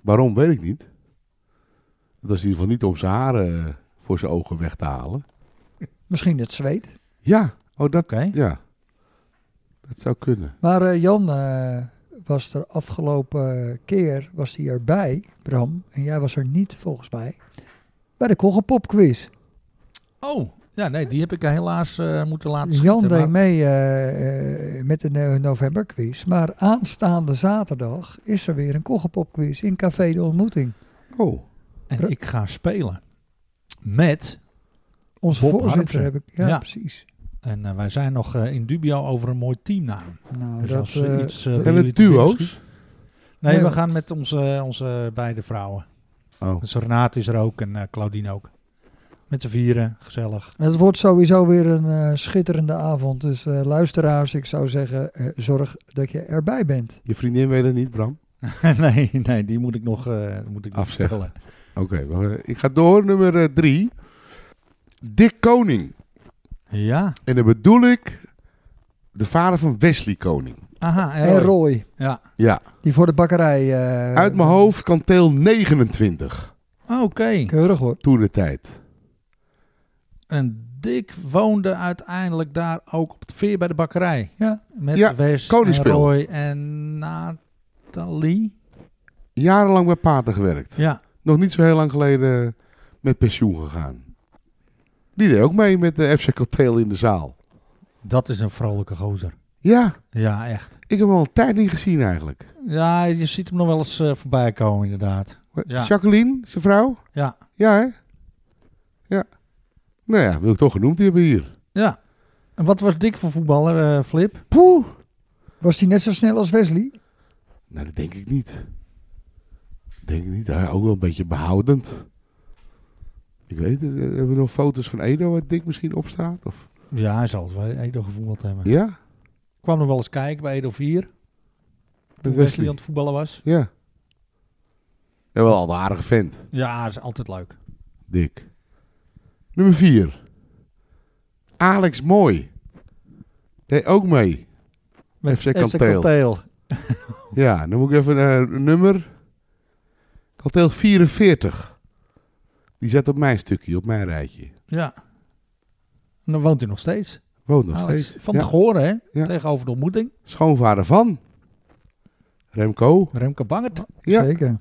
Waarom, weet ik niet. Dat is in ieder geval niet om zijn haren eh, voor zijn ogen weg te halen. Misschien het zweet. Ja, oh, dat, Oké. ja. dat zou kunnen. Maar eh, Jan eh, was er afgelopen keer was hij erbij, Bram. En jij was er niet volgens mij. Bij de Kogelpop quiz. Oh, ja, nee, die heb ik helaas eh, moeten laten schieten. Dus Jan deed maar- mee eh, eh, met de november novemberquiz. Maar aanstaande zaterdag is er weer een Kogelpop quiz in Café de Ontmoeting. Oh, En ik ga spelen met... Onze Bob voorzitter Harmsen. heb ik. Ja, Ja. precies. En eh, wij zijn nog eh, in dubio over een mooi teamnaam. Nou, Dus dat, als er eh, iets, eh, dat- bij en jullie het te binnen schiet. duo's? Nee, Nee, we we- gaan met onze, onze beide vrouwen. Oh. Dus Renate is er ook en eh, Claudine ook. Met z'n vieren, gezellig. het wordt sowieso weer een eh, schitterende avond. Dus eh, luisteraars, ik zou zeggen, eh, zorg dat je erbij bent. Je vriendin weet het niet, Bram. nee, nee, die moet ik nog, eh moet ik nog Afzeggen. vertellen. Oké, maar, eh, ik ga door. Nummer eh, drie. Dick Koning. Ja, En dan bedoel ik de vader van Wesley Koning. aha. En Roy. Roy, Ja, Ja, die voor de bakkerij... eh, uit mijn hoofd kanteel 29. oké. Keurig hoor. Toen de tijd. En Dick woonde uiteindelijk daar ook op het veer bij de bakkerij. Ja. Met Ja, Wes en Koningspil. Roy en Nathalie. Jarenlang bij Pater gewerkt. Ja, Nog niet zo heel lang geleden eh, met pensioen gegaan. Die deed ook mee met de FC Kanteel in de zaal. dat is een vrolijke gozer. Ja, Ja, echt. ik heb hem al een tijd niet gezien eigenlijk. Ja, je ziet hem nog wel eens eh, voorbij komen inderdaad. Ja. Jacqueline, zijn vrouw? Ja, Ja, hè? Ja. Nou ja, wil ik toch genoemd hebben hier. ja. En wat was Dick voor voetballer, eh, Flip? Poeh. Was die net zo snel als Wesley? Nou, dat denk ik niet. Denk ik niet. Hij ook wel een beetje behoudend. Ik weet het. eh, Hebben we nog foto's van Edo waar Dick misschien op staat? Of? Ja, hij zal het wel Edo gevoetbald hebben. Ja, Ik kwam nog wel eens kijken bij Edo 4. Toen met Wesley. aan Wesley. het voetballen was. Ja. Ja, wel een aardige vent, Ja, dat is altijd leuk. Dick. Nummer 4. Alex Mooi. Deed ook mee. Met FC Kanteel. Ja, dan moet ik even eh, een nummer. Kanteel 44. Die zat op mijn stukje, op mijn rijtje. Ja. En dan woont hij nog steeds. Woont nog Alex steeds. Oh, Van ja. de Goren, hè? Ja. Tegenover de ontmoeting. Schoonvader van Remco. Remke Bangert. Ja, Zeker.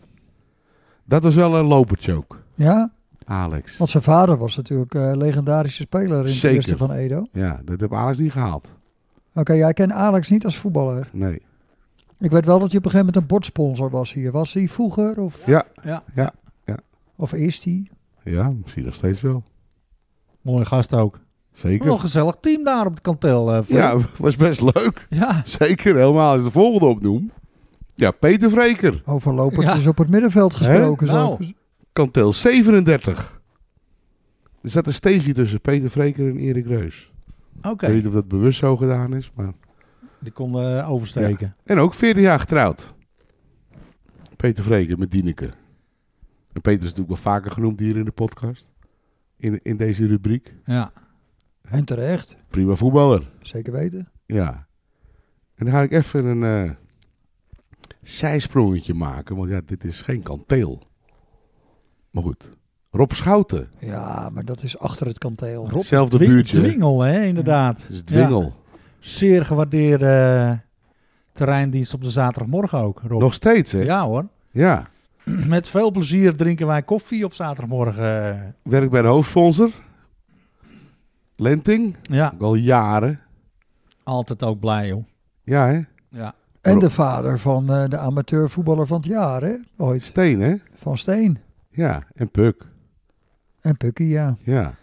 dat was wel een lopertje ook. Ja, Alex. Oh. want zijn vader was natuurlijk eh, legendarische speler in Zeker. het eerste van Edo. Oké, Ja, dat heb Alex niet gehaald. jij kent Alex niet als voetballer. Nee. Ik weet wel dat hij op een gegeven moment een bordsponsor was hier. Was hij vroeger of, Ja, Ja. of is hij? ja misschien nog steeds wel. Mooie gast ook. Wel een Zeker. gezellig team daar op het kantel. eh, Flip. Ja, was best leuk. ja. Zeker, helemaal. Als ik de volgende opnoem. Ja, Peter Vreker. Over lopertjes Ja. op het middenveld gesproken. Hè? Nou. zo. Kantel 37. Er zat een steegje tussen Peter Vreker en Erik Reus. Oké. Ik weet niet of dat bewust zo gedaan is, maar... Die kon eh, oversteken. En ook 14 jaar getrouwd. Peter Vreken met Dieneke. En Peter is natuurlijk wel vaker genoemd hier in de podcast. In, in deze rubriek. Ja. En terecht, Prima voetballer. zeker weten. Ja. En dan ga ik even een eh, zijsprongetje maken. Want ja, dit is geen kanteel. Maar goed. Rob Schouten. Ja, maar dat is achter het kanteel. Rob Hetzelfde Dwing- buurtje. hè? Dwingel, hè, inderdaad. Dat is Dwingel. Ja. Zeer gewaardeerde eh, terreindienst op de zaterdagmorgen ook, Rob. Nog steeds, hè? Ja. Ja hoor. Met veel plezier drinken wij koffie op zaterdagmorgen. eh. Werk bij de hoofdsponsor. Lenting. Ja, Ook al jaren. altijd ook blij, joh. Ja, hè? Ja. En de vader van eh, de amateurvoetballer van het jaar, hè? Ooit. Steen, hè? Van Steen. Ja, en Puk. En Pukkie, ja. Ja.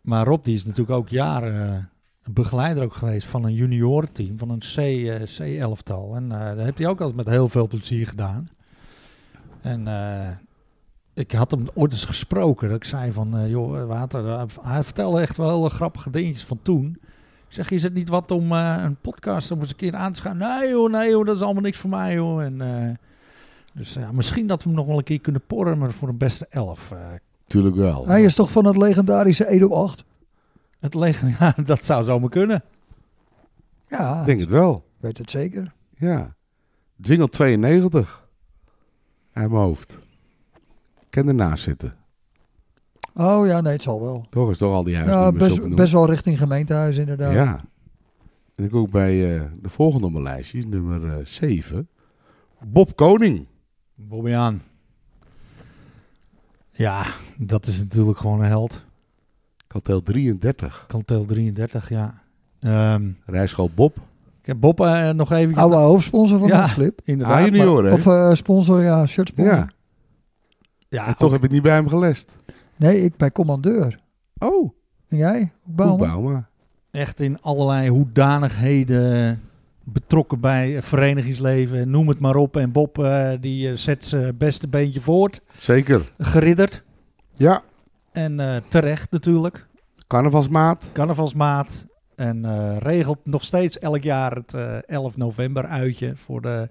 Maar Rob die is natuurlijk ook jaren eh, een begeleider ook geweest van een juniorenteam, van een C, eh, C11-tal. En eh, dat heeft hij ook altijd met heel veel plezier gedaan. En eh, ik had hem ooit eens gesproken. Dat ik zei van, eh, joh, Water, eh, hij vertelde echt wel hele grappige dingetjes van toen. Ik zeg, is het niet wat om eh, een podcast om eens een keer aan te gaan? Nee joh, nee joh, dat is allemaal niks voor mij joh. En, eh, dus ja, misschien dat we hem nog wel een keer kunnen porren voor een beste elf. eh, Tuurlijk wel. Ah, Hij is toch van het legendarische 1 op 8? het leger, ja, dat zou zomaar kunnen. Ja, Ik denk het wel. weet het zeker. Ja. Dwingel 92. Uit mijn hoofd. Ik ken ernaast zitten. Oh ja, nee, het zal wel. Toch is toch al die Ja, huisnummers op en best, noem. best wel richting gemeentehuis inderdaad. Ja. En ik ook bij eh, de volgende op mijn lijstje, nummer 7. Bob Koning. Bobbejaan. Ja, dat is natuurlijk gewoon een held. Kantel 33. Kantel 33, ja. Ehm, Rijschool Bob. ik heb Bob eh, nog even... Oude hoofdsponsor van Ja. ons, Flip. Inderdaad. Ah, maar- junior, hè? Of eh, sponsor, ja, shirtsponsor. ja. ja, En toch ook- heb ik niet bij hem gelest. Nee, ik bij commandeur. Oh, En jij? Ook Bouwman? Boekbouwma. echt in allerlei hoedanigheden betrokken bij eh, verenigingsleven. Noem het maar op. En Bob eh, die eh, zet zijn beste beentje voort. Zeker. Geridderd. Ja. En eh, terecht natuurlijk. Carnavalsmaat. Carnavalsmaat. En eh, regelt nog steeds elk jaar het eh, 11 november uitje voor de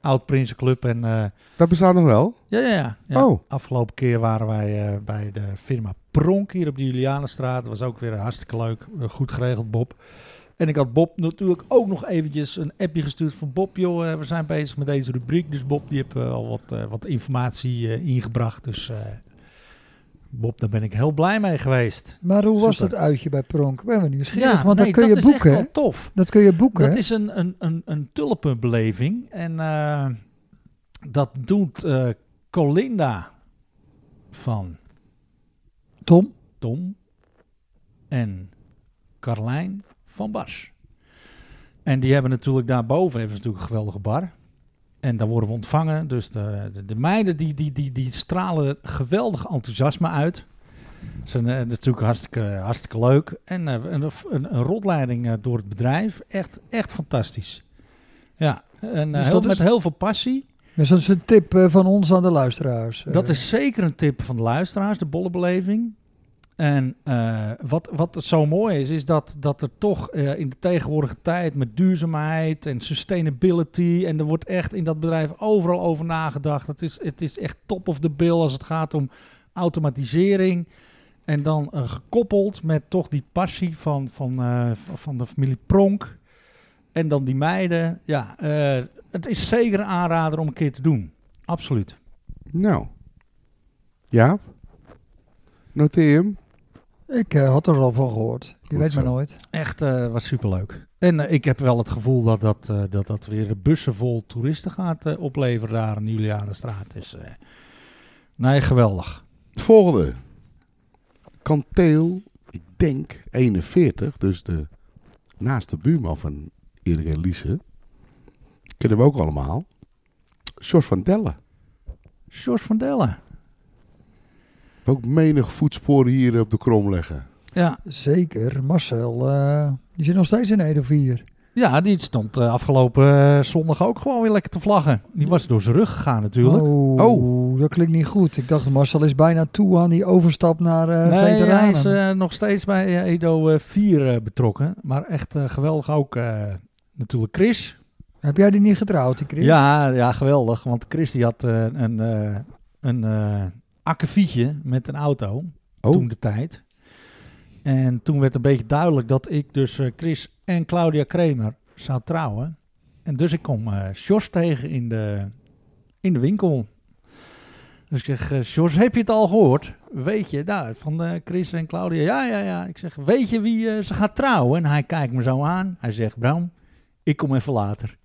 Oud Prinsenclub. En eh, Dat bestaat nog wel. ja, ja, ja, ja. Oh. Afgelopen keer waren wij eh, bij de firma Pronk hier op de Julianenstraat. Dat was ook weer hartstikke leuk. Eh, Goed geregeld, Bob. En ik had Bob natuurlijk ook nog eventjes een appje gestuurd van Bob. Joh, eh, we zijn bezig met deze rubriek. Dus Bob die heeft eh, al wat, eh, wat informatie eh, ingebracht. Dus eh, Bob, daar ben ik heel blij mee geweest. Maar hoe was Super. dat uitje bij Pronk? Ik Ben we nieuwsgierig, want nee, dat kun je is echt boeken. hè? wel tof. Dat kun je boeken. Dat hè? is een, een, een, een tulpenbeleving. En eh, dat doet eh, Colinda van Tom, Tom en Carlijn van Bas. En die hebben natuurlijk daarboven hebben ze natuurlijk een geweldige bar. En daar worden we ontvangen. Dus de, de, de meiden die, die, die, die stralen geweldig enthousiasme uit. Ze zijn eh, natuurlijk hartstikke, hartstikke leuk. En eh, een, een, een rondleiding eh, door het bedrijf. Echt, echt fantastisch. Ja, en eh, Dus heel, dat is- met heel veel passie. dus dat is een tip eh, van ons aan de luisteraars. Dat Eh, is zeker een tip van de luisteraars, de bollebeleving. En eh, wat, wat zo mooi is, is dat, dat er toch eh, in de tegenwoordige tijd met duurzaamheid en sustainability. En er wordt echt in dat bedrijf overal over nagedacht. Het is, het is echt top of the bill als het gaat om automatisering. En dan eh, gekoppeld met toch die passie van, van, eh, van- van de familie Pronk. En dan die meiden. Ja, eh, het is zeker een aanrader om een keer te doen. Absoluut. Nou. Jaap? Noteer hem. Ik eh, had er al van gehoord. Je Goed weet maar zo. nooit. Echt, eh, was superleuk. En eh, ik heb wel het gevoel dat dat, eh, dat, dat weer bussen vol toeristen gaat eh, opleveren daar in Julianenstraat. Dus, eh, nee, geweldig. Het volgende. Kanteel, ik denk 41, dus de, naast de buurman van Erik en Lise. Kennen we ook allemaal. George van Delle. George van Dellen. Ook menig voetsporen hier op de krom leggen. Ja, Zeker, Marcel. eh, die zit nog steeds in Ede 4. ja, die stond eh, afgelopen eh, zondag ook gewoon weer lekker te vlaggen. Die was door zijn rug gegaan natuurlijk. Oh, dat klinkt niet goed. Ik dacht, Marcel is bijna toe aan die overstap naar eh nee, hij veteranen. is eh, nog steeds bij eh, Edo eh, 4 eh, betrokken. Maar echt eh, geweldig ook eh, natuurlijk Chris. Heb jij die niet getrouwd, die Chris? Ja, ja, geweldig. Want Chris die had eh, een, eh een eh, akkefietje met een auto Oh. toen de tijd. En toen werd een beetje duidelijk dat ik dus eh, Chris en Claudia Kramer zou trouwen. En dus ik kom eh Sjors tegen in de, in de winkel. Dus ik zeg, eh, Sjors, heb je het al gehoord? Weet je, nou, van eh, Chris en Claudia. Ja, ja, ja. Ik zeg, weet je wie eh, ze gaat trouwen? En hij kijkt me zo aan. Hij zegt, Bram, ik kom even later.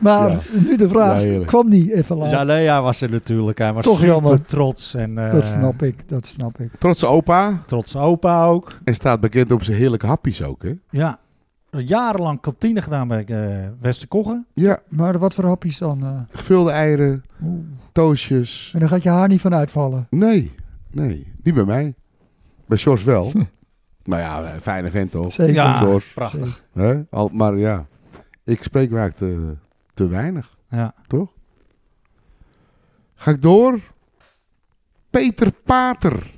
Maar Ja. nu de vraag, Ja, heerlijk. kwam die even laat? Ja, nee, hij was er natuurlijk. Hij was Toch super jammer. trots. En, eh dat snap ik, dat snap ik. Trotse opa. Trots opa ook. En staat bekend op zijn heerlijke happies ook, hè? Ja. Jarenlang kantine gedaan bij eh Westerkoggen. Ja, Maar wat voor hapjes dan? eh? gevulde eieren, Oeh. toosjes. En daar gaat je haar niet van uitvallen. Nee, nee, niet bij mij. Bij George wel. nou ja, eh, fijne vent toch? Zeker. ja, George. prachtig. Hè? Al, maar ja, ik spreek vaak te, te weinig. Ja. Ga ik door? Peter Pater.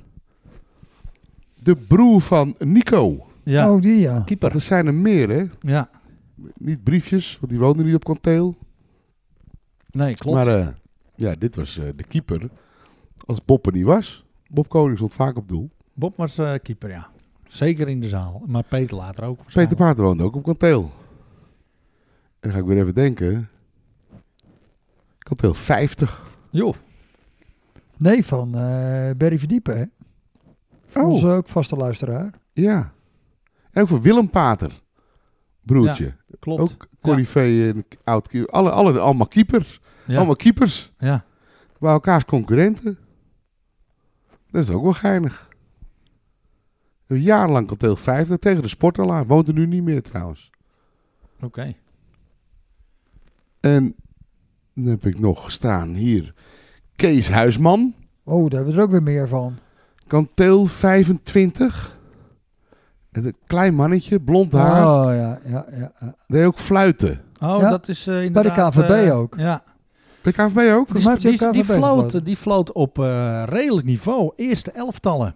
De broer van Nico. ja. Oh, die ja. Keeper. Er zijn er meer, hè? Ja. Niet briefjes, want die woonde niet op kanteel. Nee, klopt. Maar eh, ja, dit was eh, de keeper. Als Bob er niet was. Bob Koning stond vaak op doel. Bob was eh, keeper, ja. Zeker in de zaal. Maar Peter later ook. Peter waarschijnlijk. Pater woonde ook op kanteel. En dan ga ik weer even denken. Kanteel 50. Joh. Nee, van eh Berry Verdiepen, hè? Oh. Onze ook vaste luisteraar. Ja. En ook voor Willem Pater. Broertje. Klopt. Oh. ook Corrivee en oud keeper. Alle, alle, allemaal keepers. Ja. Allemaal keepers. ja. Bij elkaars concurrenten. Dat is ook wel geinig. We hebben Jarenlang kanteel 50 tegen de sporterlaan. Woont er nu niet meer trouwens. Oké. En dan heb ik nog gestaan hier. Kees Huisman. Oh, daar hebben we er ook weer meer van. Kanteel 25. En een klein mannetje, blond haar. Oh ja, ja, ja. ja. Deed ook fluiten. Oh, Ja. dat is eh, inderdaad... KNVB eh, ook. Ja. Bij KNVB ook? Volgens mij heeft hij Dus Die, ook die, KNVB gefloten. floot, die floot op eh, redelijk niveau. Eerste elftallen.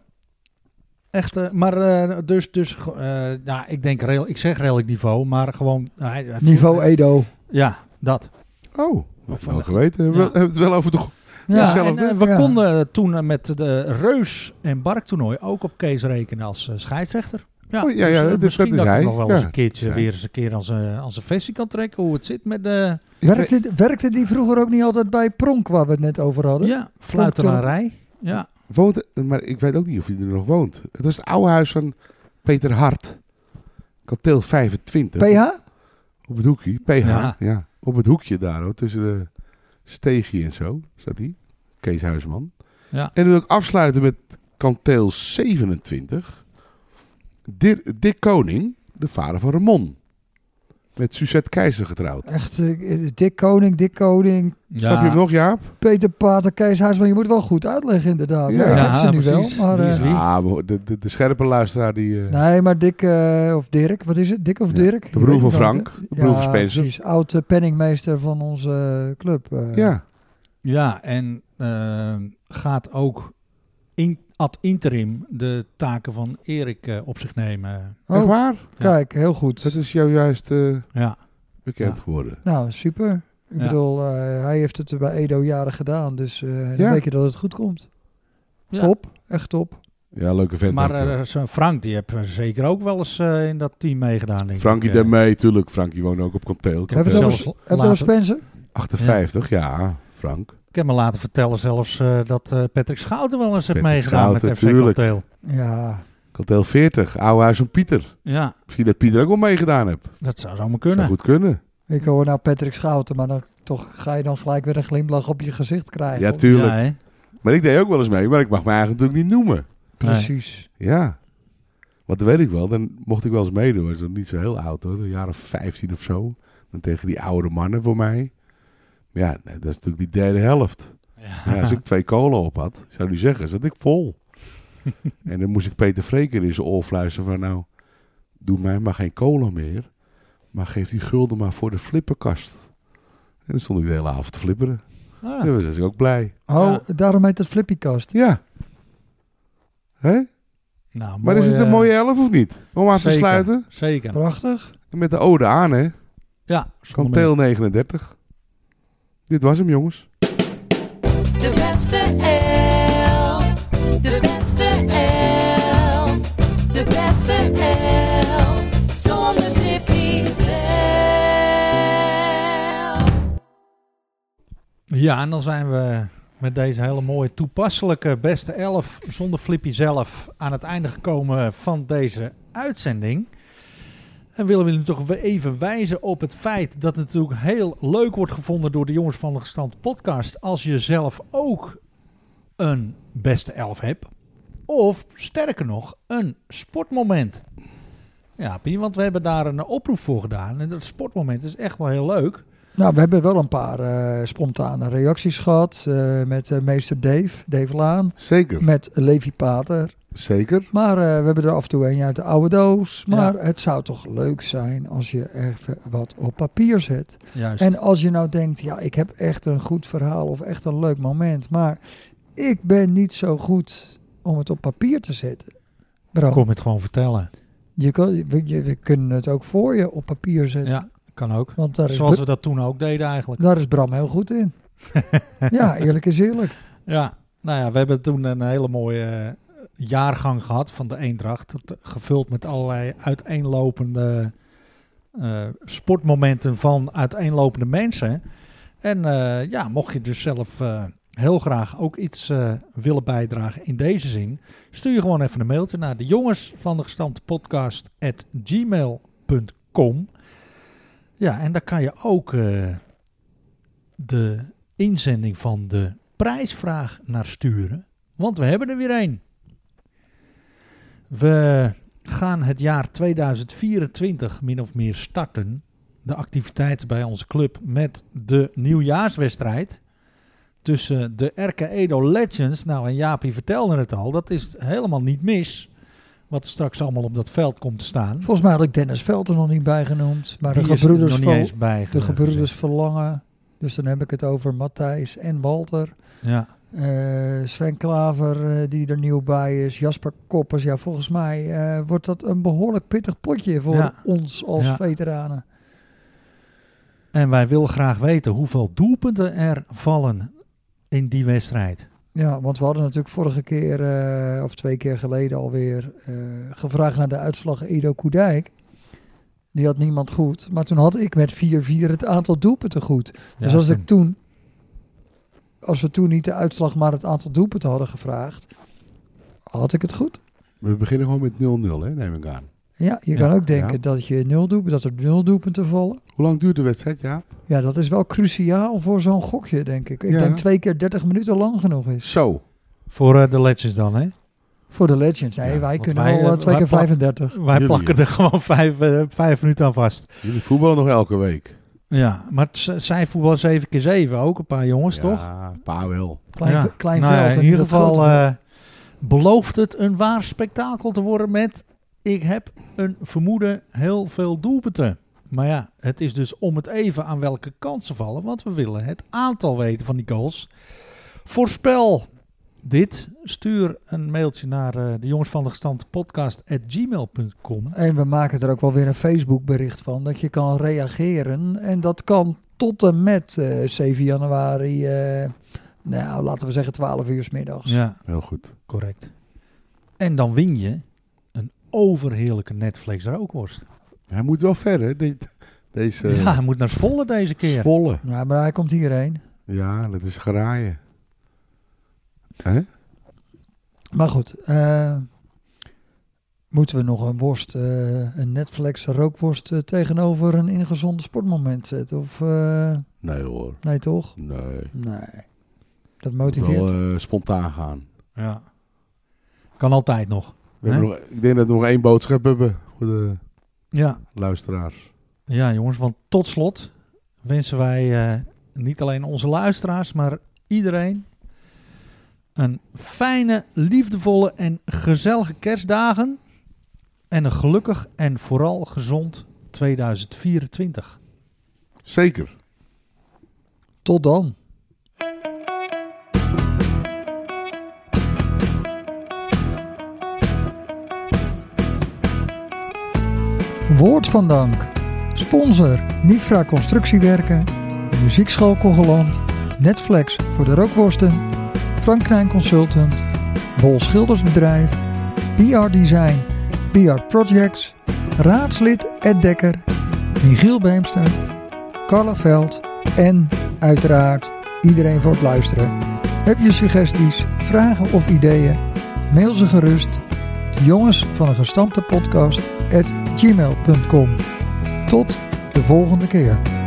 Echt, eh, maar eh, dus, dus eh, ja, ik denk, redelijk, ik zeg redelijk niveau, maar gewoon... hij- hij- Niveau Edo. Ja, dat. Oh, Of of van wel de- geweten. We ja. hebben het wel over de... go- Ja, en, zelfde. eh, we Ja. konden toen eh, met de Reus en Bark toernooi ook op Kees rekenen als eh, scheidsrechter. Ja, Oh, ja, ja, eh, dit- misschien dat is dat ik hij. nog wel Ja, eens een keertje dat is hij. weer eens een keer als, eh, als een versie kan trekken. Hoe het zit met de Ik weet- Werkte, werkte die vroeger ook niet altijd bij Pronk, waar we het net over hadden? ja, fluiterarij. Ja, Woont, maar ik weet ook niet of hij er nog woont. Het is het oude huis van Peter Hart. Kanteel 25. PH? Op het hoekje. PH, Ja. ja. Op het hoekje daar, hoor, tussen de steegje en zo, zat hij. Kees Huisman. Ja. En dan wil ik afsluiten met kanteel 27. Dir- Dick Koning, de vader van Ramon. Met Suzette Keizer getrouwd. Echt, eh, Dick Koning, Dick Koning, Snap je hem nog, Jaap? Peter Pater, Kees Huisman. Je moet wel goed uitleggen inderdaad. Ja. Ja, dat Ja, hebben ze nu precies. wel. Maar, Die is eh, Wie? Ja, maar de, de, de scherpe luisteraar die... Nou, eh, nee, maar Dick eh, of Dirk, wat is het? Dick of Ja, Dirk? de broer Ik van weet het Frank, niet. de broer Ja, van Spencer. precies. Oud eh, penningmeester van onze eh, club. eh. ja. ja en eh, gaat ook in, ad interim de taken van Erik eh, op zich nemen. Echt Oh, waar? kijk, heel goed. Dat is jou juist eh, Ja, bekend Ja. geworden. Nou, super. Ik Ja. bedoel, eh, hij heeft het bij Edo jaren gedaan, dus eh, dan Ja. weet je dat het goed komt. Ja. Top, echt top. Ja, leuke vent. maar ook, hoor. eh, zo'n Frank die heeft eh, zeker ook wel eens eh, in dat team meegedaan. Denk Frankie ik, eh. daarmee, tuurlijk. Frankie woont ook op kanteel. Hebben we Kanteel het zelfs over, hebben we het over later- Spencer? 58, ja, Frank. Ik heb me laten vertellen zelfs eh, dat eh, Patrick Schouten wel eens heeft Patrick meegedaan met Schouten, FC tuurlijk. Cocktail. Ja, Kanteel 40, oude huis van Pieter. Ja, Misschien dat Pieter ook wel meegedaan heeft. dat zou zomaar Zou kunnen. goed kunnen. ik hoor nou Patrick Schouten, maar dan toch ga je dan gelijk weer een glimlach op je gezicht krijgen. Ja, Of- tuurlijk. Ja, hè? Maar ik deed ook wel eens mee, maar ik mag me eigenlijk natuurlijk niet noemen. Precies. Ja. Want dat weet ik wel, dan mocht ik wel eens meedoen. Dat is dan niet zo heel oud hoor, een jaar of 15 of zo. Dan tegen die oude mannen voor mij. Maar Ja, nee, dat is natuurlijk die derde helft. Ja, als ik twee kolen op had, zou u zeggen, zat ik vol. en dan moest ik Peter Vreker in zijn oor fluisteren van nou, doe mij maar geen kolen meer. Maar geef die gulden maar voor de flipperkast. En dan stond ik de hele avond te flipperen. Ah, Dan was ik ook blij. Oh, daarom heet het Flippycast. Ja. Hè? nou, Maar is mooi, het een eh, mooie elf of niet? Om af te zeker, sluiten. Zeker. Prachtig. En met de ode aan, hè? Ja, zonder meer. Kanteel 39. Dit was hem, jongens. De beste elf, de beste elf, de beste elf, zonder Tippy zelf. Ja, en dan zijn we met deze hele mooie toepasselijke beste elf zonder Flippy zelf aan het einde gekomen van deze uitzending. En willen we nu toch weer even wijzen op het feit dat het natuurlijk heel leuk wordt gevonden door de Jongens van de Gestand podcast als je zelf ook een beste elf hebt. Of sterker nog, een sportmoment. Ja, Pien, want we hebben daar een oproep voor gedaan. En dat sportmoment is echt wel heel leuk. Nou, we hebben wel een paar eh, spontane reacties gehad. eh, met eh, meester Dave, Dave Laan. Zeker. Met Levi Pater. Zeker. Maar eh, we hebben er af en toe een uit de oude doos. Ja. Maar het zou toch leuk zijn als je even wat op papier zet. Juist. En als je nou denkt, ja, ik heb echt een goed verhaal of echt een leuk moment. Maar ik ben niet zo goed om het op papier te zetten. Bram, Kom het gewoon vertellen. je kan, je, je- we kunnen het ook voor je op papier zetten. Ja, kan ook. Want daar is, Zoals Br- we dat toen ook deden eigenlijk. daar is Bram heel goed in. ja, eerlijk is eerlijk. Ja, nou ja, we hebben toen een hele mooie eh, jaargang gehad van de Eendracht. Het- Gevuld met allerlei uiteenlopende eh, sportmomenten van uiteenlopende mensen. En eh, ja, mocht je dus zelf eh, heel graag ook iets eh, willen bijdragen in deze zin, stuur je gewoon even een mailtje naar de jongens van de gestampte podcast at gmail.com. Ja, en daar kan je ook eh, de inzending van de prijsvraag naar sturen, want we hebben er weer een. We gaan het jaar 2024 min of meer starten. De activiteiten bij onze club met de nieuwjaarswedstrijd tussen de RK Edo Legends. Nou, en Jaapie vertelde het al, dat is helemaal niet mis wat er straks allemaal op dat veld komt te staan. Volgens mij had ik Dennis Veld er nog niet bij genoemd. Maar Die de is er gebroeders, nog niet Vo- eens bij. de gezet. gebroeders Verlangen. Dus dan heb ik het over Matthijs en Walter. Ja. Eh, Sven Klaver, eh, die er nieuw bij is. Jasper Koppers. Ja, volgens mij eh, wordt dat een behoorlijk pittig potje voor Ja. ons als Ja. veteranen. En wij willen graag weten hoeveel doelpunten er vallen in die wedstrijd. Ja, want we hadden natuurlijk vorige keer, eh, of twee keer geleden alweer, eh, gevraagd naar de uitslag Edo Koedijk. Die had niemand goed, maar toen had ik met 4-4 het aantal doelpunten goed. dus Ja, als ik en- toen, als we toen niet de uitslag, maar het aantal doelpunten hadden gevraagd, had ik het goed. We beginnen gewoon met 0-0, hè, neem ik aan. Ja, je Ja, kan ook denken ja. dat je nul doelpunt, dat er nul doelpunten vallen. Hoe lang duurt de wedstrijd, ja? Ja, dat is wel cruciaal voor zo'n gokje, denk ik. Ik Ja. denk twee keer 30 minuten lang genoeg is. Zo. Voor eh, de Legends dan, hè? Voor de Legends. Nee, Ja, wij want kunnen wij, al eh, twee wij keer plak- 35. Wij Jullie. plakken er gewoon vijf, eh, vijf minuten aan vast. Jullie voetballen nog elke week. Ja, maar het z- zij voetballen 7 keer 7 ook, een paar jongens, toch? Ja, pa wel. Klein, Ja. klein Nou ja, veld. en in ieder dat grote geval veld. eh, belooft het een waar spektakel te worden met... Ik heb een vermoeden heel veel doelpunten. Maar ja, het is dus om het even aan welke kant ze vallen. Want we willen het aantal weten van die goals. Voorspel dit. Stuur een mailtje naar eh, de jongens van de gestante podcast at gmail.com. en we maken er ook wel weer een Facebook bericht van. Dat je kan reageren. En dat kan tot en met eh, 7 januari. eh, nou, laten we zeggen 12 uur 's middags. Ja, Heel goed. correct. En dan win je een overheerlijke Netflix rookworst. Hij moet wel ver, hè? Dit- deze Ja, hij moet naar Zwolle deze keer. Zwolle. Nou, maar hij komt hierheen. Ja, dat is graaien. Hè? Maar goed. eh, moeten we nog een worst, eh, een Netflix rookworst eh, tegenover een ingezonden sportmoment zetten? Of, eh, Nee hoor. nee toch? Nee. Nee. Moet wel Dat motiveert. eh, spontaan gaan. Ja. Kan altijd nog. We hebben nog, ik denk dat we nog één boodschap hebben voor de Ja, luisteraars. ja jongens, want tot slot wensen wij eh, niet alleen onze luisteraars, maar iedereen een fijne, liefdevolle en gezellige kerstdagen. En een gelukkig en vooral gezond 2024. Zeker. Tot dan. Woord van dank. Sponsor Nifra Constructiewerken, de Muziekschool Kogeland, Netflix voor de rookworsten, Frank Krijn Consultant, Bol Schildersbedrijf, PR Design, PR Projects, raadslid Ed Dekker, Michiel Beemster, Carla Veld en uiteraard iedereen voor het luisteren. Heb je suggesties, vragen of ideeën? Mail ze gerust. Jongens van een gestampte podcast at gmail.com. Tot de volgende keer.